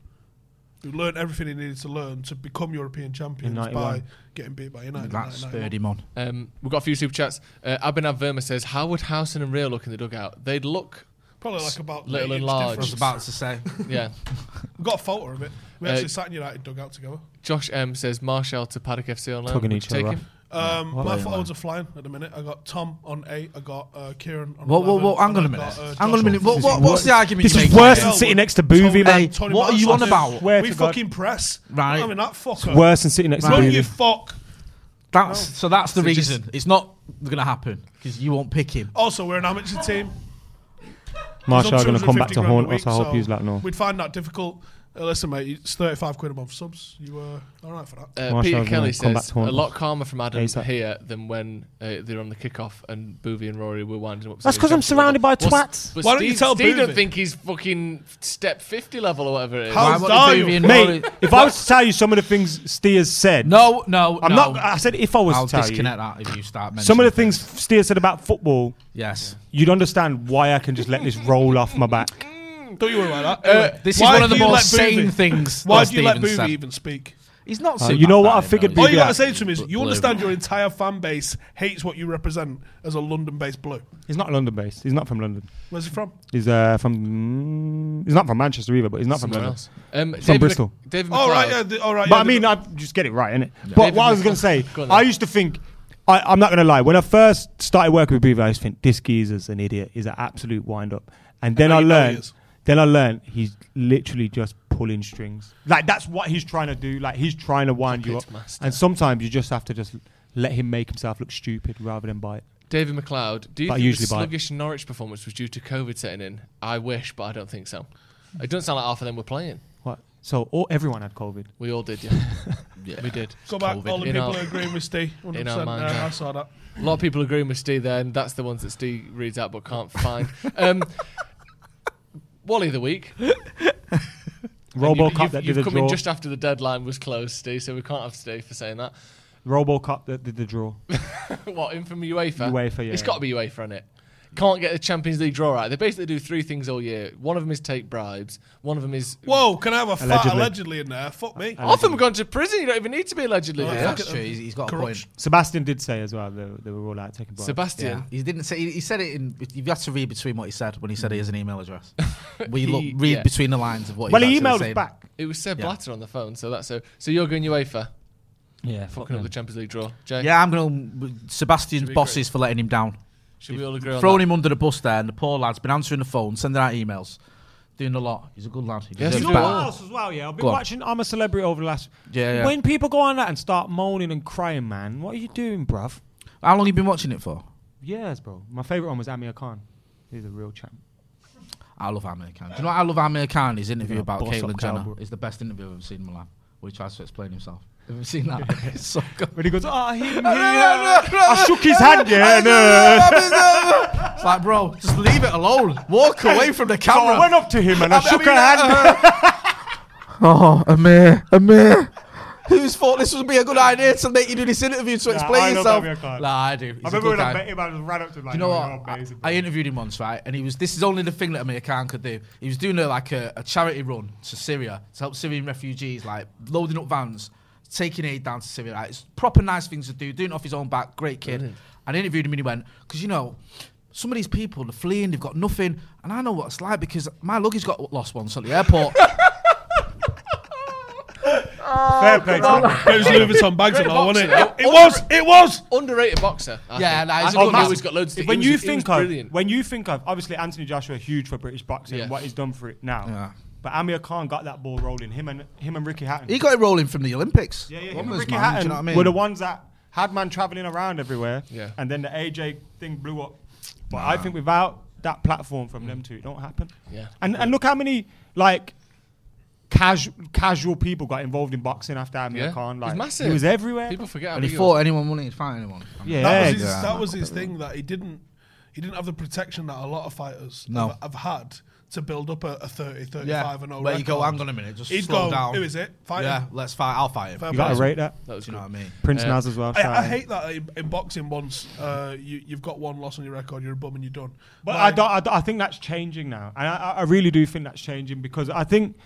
Speaker 2: who learned everything he needed to learn to become European champions by
Speaker 4: 91.
Speaker 2: getting beat by United. in
Speaker 5: That
Speaker 2: 1991.
Speaker 5: spurred him on.
Speaker 3: Um, we've got a few super chats. Uh, Abhinav Verma says, "How would Housen and Real look in the dugout? They'd look,
Speaker 2: Probably like about
Speaker 3: Little
Speaker 2: eight
Speaker 3: and
Speaker 2: inch
Speaker 3: large.
Speaker 5: I
Speaker 2: difference.
Speaker 5: was about to say.
Speaker 3: yeah."
Speaker 2: We've got a photo of it. We
Speaker 3: Uh,
Speaker 2: actually sat in United dugout together.
Speaker 3: Josh M says, "Marshall to Paddock FC online. uh,
Speaker 4: Tugging
Speaker 3: Would
Speaker 4: each
Speaker 3: you take
Speaker 4: other
Speaker 3: him?
Speaker 2: Um,
Speaker 4: what
Speaker 2: my
Speaker 4: are they,
Speaker 2: forwards are flying at the minute. I got Tom on eight. I got uh, Kieran on
Speaker 5: Whoa, whoa,
Speaker 2: 11,
Speaker 5: whoa, hang
Speaker 2: and
Speaker 5: on a
Speaker 2: I've
Speaker 5: minute.
Speaker 2: got, uh,
Speaker 5: Hang on a
Speaker 2: Josh
Speaker 5: minute. What,
Speaker 2: Wilson.
Speaker 5: what, what's the argument
Speaker 4: This
Speaker 5: you're
Speaker 4: is
Speaker 5: making?
Speaker 4: worse
Speaker 5: here?
Speaker 4: than sitting next to Boovy,
Speaker 5: Hey,
Speaker 4: man.
Speaker 2: Tony
Speaker 5: what are you on
Speaker 2: Marshall.
Speaker 5: about?
Speaker 4: Swear
Speaker 2: We
Speaker 4: to God.
Speaker 2: fucking press.
Speaker 5: Right.
Speaker 2: I mean, that fucker.
Speaker 4: Worse than sitting next
Speaker 2: Run,
Speaker 4: to
Speaker 2: you
Speaker 4: Boovy.
Speaker 2: fuck.
Speaker 5: That's, So that's the
Speaker 3: So just-
Speaker 5: reason. it's not going to happen because you won't pick him.
Speaker 2: Also, we're an amateur team.
Speaker 4: Marshall are
Speaker 2: He's on
Speaker 4: going to come
Speaker 2: 250
Speaker 4: back to
Speaker 2: grand a
Speaker 4: haunt
Speaker 2: week,
Speaker 4: us. I hope
Speaker 2: so
Speaker 4: he's like, no.
Speaker 2: We'd find that difficult. Uh, listen, mate, it's 35 quid a month subs. You were all right for that.
Speaker 3: Uh,
Speaker 4: Marshall's
Speaker 3: Peter
Speaker 4: gonna
Speaker 3: Kelly
Speaker 4: come back
Speaker 3: says,
Speaker 4: to
Speaker 3: "A
Speaker 4: haunt
Speaker 3: lot calmer from Adam
Speaker 4: ASAP."
Speaker 3: here than when uh, they're on the kickoff and Boovy and Rory were winding up."
Speaker 4: That's 'cause I'm surrounded by twats.
Speaker 3: But
Speaker 2: Why
Speaker 3: Why
Speaker 2: don't
Speaker 3: Steve,
Speaker 2: you tell
Speaker 3: Steve don't
Speaker 2: Boovy?
Speaker 3: think he's fucking step 50 level or whatever it is.
Speaker 2: How
Speaker 5: Why won't
Speaker 2: dare
Speaker 5: he do
Speaker 2: you?
Speaker 5: Ian
Speaker 4: Mate,
Speaker 5: Morley?
Speaker 4: if I was to tell you some of the things Steers said,
Speaker 5: No, no,
Speaker 4: I'm
Speaker 5: no.
Speaker 4: not. I said if I was
Speaker 5: I'll
Speaker 4: to tell
Speaker 5: disconnect that if you start
Speaker 4: you
Speaker 5: mentioning
Speaker 4: some of the things Steers said about football,
Speaker 5: Yes.
Speaker 4: you'd understand why I can just let this roll off my back.
Speaker 2: Don't you worry about that. Anyway,
Speaker 5: this is
Speaker 2: Uh, why
Speaker 5: one of
Speaker 2: do
Speaker 5: the
Speaker 2: you
Speaker 5: more
Speaker 2: let
Speaker 5: sane
Speaker 2: Boovy-
Speaker 5: things.
Speaker 2: Why
Speaker 5: that
Speaker 2: do you let
Speaker 5: Steven
Speaker 2: Booby
Speaker 5: said. Oh,
Speaker 2: even speak?
Speaker 5: He's not.
Speaker 4: Uh,
Speaker 5: seen
Speaker 4: you know
Speaker 5: that
Speaker 4: what? I
Speaker 5: bad,
Speaker 4: figured
Speaker 5: though.
Speaker 2: All you
Speaker 4: Boovy
Speaker 2: got to
Speaker 4: out.
Speaker 2: say to him is, you
Speaker 5: Blue.
Speaker 2: understand your entire fan base hates what you represent as a London-based blue.
Speaker 4: He's not London based. He's not from London.
Speaker 2: Where's he from?
Speaker 4: He's uh, from. mm, He's not from Manchester either, but he's not from
Speaker 3: Somewhere
Speaker 4: London.
Speaker 3: else. Um,
Speaker 4: From Bristol.
Speaker 3: David
Speaker 2: All right,
Speaker 3: McLeod.
Speaker 2: yeah, the, all right.
Speaker 4: But
Speaker 2: yeah,
Speaker 4: I mean,
Speaker 2: the-
Speaker 4: I just get it right, innit? But
Speaker 3: David
Speaker 4: what I was
Speaker 3: Beckham.
Speaker 4: going to say,
Speaker 3: Go on then.
Speaker 4: I used to think, I, I'm not going to lie, when I first started working with Beaver, I used to think this geezer's an idiot. He's an absolute wind up. And then
Speaker 2: now
Speaker 4: I
Speaker 2: you know he
Speaker 4: learned,
Speaker 2: is.
Speaker 4: then I learned he's literally just pulling strings. Like that's what he's trying to do. Like he's trying to wind you
Speaker 3: Puppet
Speaker 4: up.
Speaker 3: master.
Speaker 4: And sometimes you just have to just let him make himself look stupid rather than bite.
Speaker 3: David McLeod, do you
Speaker 4: But I
Speaker 3: think the
Speaker 4: usually buy it.
Speaker 3: sluggish Norwich performance was due to COVID setting in? I wish, but I don't think so. It doesn't sound like half of them were playing.
Speaker 4: What? So all, everyone had COVID.
Speaker 3: We all did, yeah. We did.
Speaker 2: go back. All the
Speaker 3: In
Speaker 2: people
Speaker 3: our-
Speaker 2: are agreeing with Steve. 100%.
Speaker 3: our mind,
Speaker 2: Yeah,
Speaker 3: yeah.
Speaker 2: I saw that.
Speaker 3: A lot of people agreeing with Steve there, and that's the ones that Steve reads out but can't find. Um, Wally of the week. And you-
Speaker 4: RoboCop
Speaker 3: you've,
Speaker 4: that
Speaker 3: you've
Speaker 4: did the
Speaker 3: come in
Speaker 4: draw.
Speaker 3: just after the deadline was closed, Steve, so we can't have Steve for saying that.
Speaker 4: RoboCop that did the draw.
Speaker 3: what, in from UEFA?
Speaker 4: UEFA, yeah.
Speaker 3: It's got to be UEFA, on it? can't get the Champions League draw out. They basically do three things all year. One of them is take bribes. One of them is
Speaker 2: Whoa, can I have a fat
Speaker 4: Allegedly.
Speaker 2: allegedly in there? Fuck me.
Speaker 3: Half of them have gone to prison. Oh, You don't even need to be allegedly.
Speaker 2: Yeah.
Speaker 5: Yeah,
Speaker 3: there.
Speaker 5: that's true. He's, he's got
Speaker 2: Corruption.
Speaker 4: Sebastian did say as well they, they were all out taking bribes.
Speaker 5: a point.
Speaker 3: Sebastian,
Speaker 5: Yeah, he didn't say. He, he said it in. You have to read between what he said when he said he has an email address. We look
Speaker 3: He-
Speaker 5: read
Speaker 3: yeah.
Speaker 5: between the lines of what.
Speaker 4: well,
Speaker 5: he's
Speaker 4: he
Speaker 5: actually
Speaker 4: emailed us
Speaker 5: saying.
Speaker 4: back.
Speaker 3: it was Seb
Speaker 5: Yeah.
Speaker 3: Blatter on the phone. So that's so. So you're going UEFA,
Speaker 6: Yeah, fuck
Speaker 3: fucking up
Speaker 6: them.
Speaker 3: the Champions League draw. Jay,
Speaker 5: Yeah, I'm going to Sebastian's
Speaker 3: we
Speaker 5: bosses for letting him down.
Speaker 3: should we all agree on
Speaker 5: Thrown
Speaker 3: that?
Speaker 5: him under the bus there, and the poor lad's been answering the phone, sending out emails, doing a lot. He's a good lad. He
Speaker 3: Yes,
Speaker 5: deserves
Speaker 4: You know
Speaker 3: back.
Speaker 4: what
Speaker 5: better.
Speaker 4: else as well? Yeah, I've been
Speaker 5: Go on.
Speaker 4: watching I'm a Celebrity over the last.
Speaker 5: Yeah, yeah.
Speaker 4: When people go on that and start moaning and crying, man, what are you doing, bruv?
Speaker 5: How long you been watching it for?
Speaker 4: Yes, bro. My favorite one was Amir Khan. He's a real champ.
Speaker 5: I love Amir Khan. Do you know what I love Amir Khan? His interview
Speaker 4: Yeah,
Speaker 5: about
Speaker 4: boss up
Speaker 5: Caitlyn Jenner
Speaker 4: cowboy.
Speaker 5: is the best interview I've ever seen in my life. Where he tries to explain himself. Have you seen that? it's so good.
Speaker 4: When he goes, ah, he, he, uh," I shook his hand, yeah. and, uh,
Speaker 5: It's like, bro, just leave it alone. Walk away from the
Speaker 4: so I
Speaker 5: camera.
Speaker 4: went up to him and I, shook
Speaker 5: mean,
Speaker 4: her hand.
Speaker 5: Oh, Amir, Amir. Who's thought this would be a good idea to make you do this interview to
Speaker 4: Nah,
Speaker 5: explain
Speaker 4: I love
Speaker 5: yourself?
Speaker 4: Amir Khan.
Speaker 5: Nah, I
Speaker 4: I
Speaker 5: do. He's a
Speaker 4: remember
Speaker 5: good
Speaker 4: when I
Speaker 5: guy.
Speaker 4: met him, I just ran up to him like,
Speaker 5: Do you know
Speaker 4: "You're
Speaker 5: what? I,
Speaker 4: amazing,
Speaker 5: I
Speaker 4: bro."
Speaker 5: interviewed him once, right? And he was, this is only the thing that Amir Khan could do. He was doing a, like a, a charity run to Syria to help Syrian refugees, like loading up vans, taking aid down to Syria. Like, it's proper nice things to do, doing it off his own back. Great kid. And I interviewed him and he went, because you know, some of these people, they're fleeing, they've got nothing. And I know what it's like because my luggage got lost once at the airport.
Speaker 4: Fair play. to him.
Speaker 2: It was Louis Vuitton bags and
Speaker 3: Great
Speaker 2: all,
Speaker 3: boxer.
Speaker 2: wasn't it? It was. It was.
Speaker 3: Underrated boxer. I
Speaker 5: Yeah,
Speaker 3: think.
Speaker 5: nah, he's
Speaker 3: I
Speaker 5: a
Speaker 3: thought
Speaker 5: good
Speaker 3: he
Speaker 5: man.
Speaker 3: always got loads. To,
Speaker 4: when
Speaker 3: he
Speaker 4: you
Speaker 3: was- he was
Speaker 4: think of
Speaker 3: brilliant.
Speaker 4: when you think of obviously Anthony Joshua huge for British boxing
Speaker 3: Yeah.
Speaker 4: and what he's done for it now.
Speaker 5: Yeah.
Speaker 4: But Amir Khan got that ball rolling. Him and him and Ricky Hatton.
Speaker 5: he got it rolling from the Olympics.
Speaker 4: yeah, yeah. Him and
Speaker 5: Wonders,
Speaker 4: Ricky
Speaker 5: man,
Speaker 4: Hatton
Speaker 5: do you know what I mean?
Speaker 4: were the ones that had man traveling around everywhere.
Speaker 3: Yeah.
Speaker 4: And then the AJ thing blew up. But I think without that platform from them two, it don't happen.
Speaker 3: Yeah.
Speaker 4: And and look how many like. Casual, casual people got involved in boxing after Amir
Speaker 3: Yeah.
Speaker 4: Khan.
Speaker 3: He's
Speaker 4: Like
Speaker 3: massive.
Speaker 4: he was everywhere.
Speaker 3: People forget. how
Speaker 5: and he
Speaker 3: big
Speaker 5: fought
Speaker 3: was.
Speaker 5: anyone, wouldn't he? He'd fight anyone.
Speaker 4: yeah,
Speaker 2: That was his,
Speaker 5: Yeah.
Speaker 2: that was his thing that he didn't he didn't have the protection that a lot of fighters
Speaker 5: No.
Speaker 2: have, have had to build up a, a 30, 35 and 0
Speaker 5: Where you go,
Speaker 2: record.
Speaker 5: hang on a minute, just
Speaker 2: He'd go,
Speaker 5: slow down.
Speaker 2: who is it? Fight
Speaker 5: yeah,
Speaker 2: him.
Speaker 5: let's fight. I'll fight him.
Speaker 2: Fair
Speaker 4: you
Speaker 2: play.
Speaker 4: gotta rate that.
Speaker 3: That was
Speaker 5: Do you know
Speaker 3: good.
Speaker 5: what I mean?
Speaker 4: Prince
Speaker 3: Uh,
Speaker 4: Naz as well.
Speaker 2: I,
Speaker 4: shout
Speaker 2: I
Speaker 4: out.
Speaker 2: hate that in, in boxing once uh, you, you've got one loss on your record, you're a bum and you're done.
Speaker 4: But I,
Speaker 2: Like,
Speaker 4: don't, I, don't- I think that's changing now. And I, I- I really do think that's changing because I think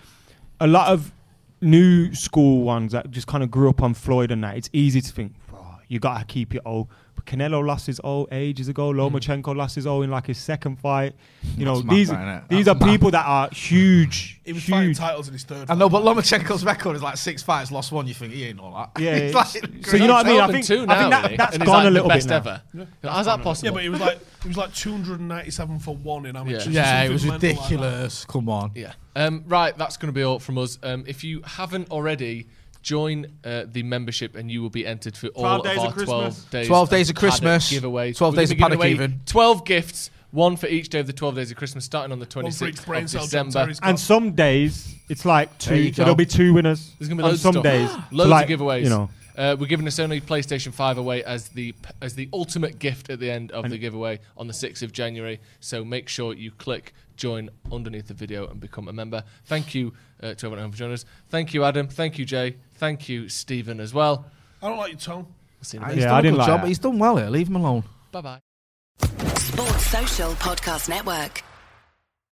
Speaker 4: a lot of new school ones that just kind of grew up on Floyd and that, it's easy to think, "Oh, you got to keep it old. But Canelo lost his old ages ago. Lomachenko lost his old in like his second fight. You know,
Speaker 5: Hmm. That's mad,
Speaker 4: these,
Speaker 5: though, innit?
Speaker 4: these are
Speaker 5: That's mad.
Speaker 4: people that are huge.
Speaker 2: He was fighting
Speaker 4: huge.
Speaker 2: titles in his third.
Speaker 5: I know, but Lomachenko's record is like six fights, lost one. You think he ain't all that?
Speaker 4: Yeah,
Speaker 5: He's
Speaker 4: yeah.
Speaker 5: like-
Speaker 4: So you know what I mean? I
Speaker 3: Open
Speaker 4: think,
Speaker 3: two
Speaker 4: I
Speaker 3: now,
Speaker 4: think that,
Speaker 3: really.
Speaker 4: that's
Speaker 3: And he's
Speaker 4: gone
Speaker 3: like
Speaker 4: a little
Speaker 3: the
Speaker 4: bit
Speaker 3: best
Speaker 4: now.
Speaker 3: ever. How's that possible?
Speaker 2: Yeah, but he was like he was like 297 for one in amateur. or
Speaker 3: Yeah.
Speaker 5: yeah, it
Speaker 2: something
Speaker 5: was
Speaker 2: mental like that.
Speaker 5: ridiculous. Come on.
Speaker 3: Yeah. Um, right, that's going to be all from us. Um, if you haven't already, join uh, the membership and you will be entered for all
Speaker 4: 12
Speaker 3: of
Speaker 4: days
Speaker 3: our
Speaker 4: of Christmas.
Speaker 3: 12 days,
Speaker 5: 12 days of
Speaker 3: Paddock
Speaker 5: Christmas.
Speaker 3: giveaway.
Speaker 5: 12
Speaker 3: We're
Speaker 5: days
Speaker 3: gonna
Speaker 5: of
Speaker 3: be giving
Speaker 5: Paddock
Speaker 3: away
Speaker 5: even.
Speaker 3: 12 gifts, one for each day of the 12 days of Christmas, starting on the
Speaker 2: One for each
Speaker 3: 26th
Speaker 2: brain
Speaker 3: of
Speaker 2: cell John
Speaker 3: December.
Speaker 2: Terry's got.
Speaker 4: And some days it's like
Speaker 5: There you
Speaker 4: two.
Speaker 5: go.
Speaker 4: So there'll be two winners.
Speaker 3: There's going to be
Speaker 4: On
Speaker 3: loads
Speaker 4: some
Speaker 3: of stuff.
Speaker 4: days,
Speaker 3: loads
Speaker 4: like,
Speaker 3: of giveaways.
Speaker 4: You know,
Speaker 3: Uh, we're giving a Sony PlayStation 5 away as the as the ultimate gift at the end of the giveaway on the 6th of January. So make sure you click join underneath the video and become a member. Thank you uh, to everyone at home for joining us. Thank you, Adam. Thank you, Jay. Thank you, Stephen, as well.
Speaker 2: I don't like your tone.
Speaker 3: We'll see you
Speaker 5: Ah,
Speaker 3: in a
Speaker 5: He's
Speaker 4: Yeah,
Speaker 5: done
Speaker 4: I
Speaker 5: a
Speaker 4: didn't
Speaker 5: good
Speaker 4: like
Speaker 5: job.
Speaker 4: that.
Speaker 5: He's done well here. Leave him alone.
Speaker 3: Bye bye.
Speaker 1: Sports Social Podcast Network.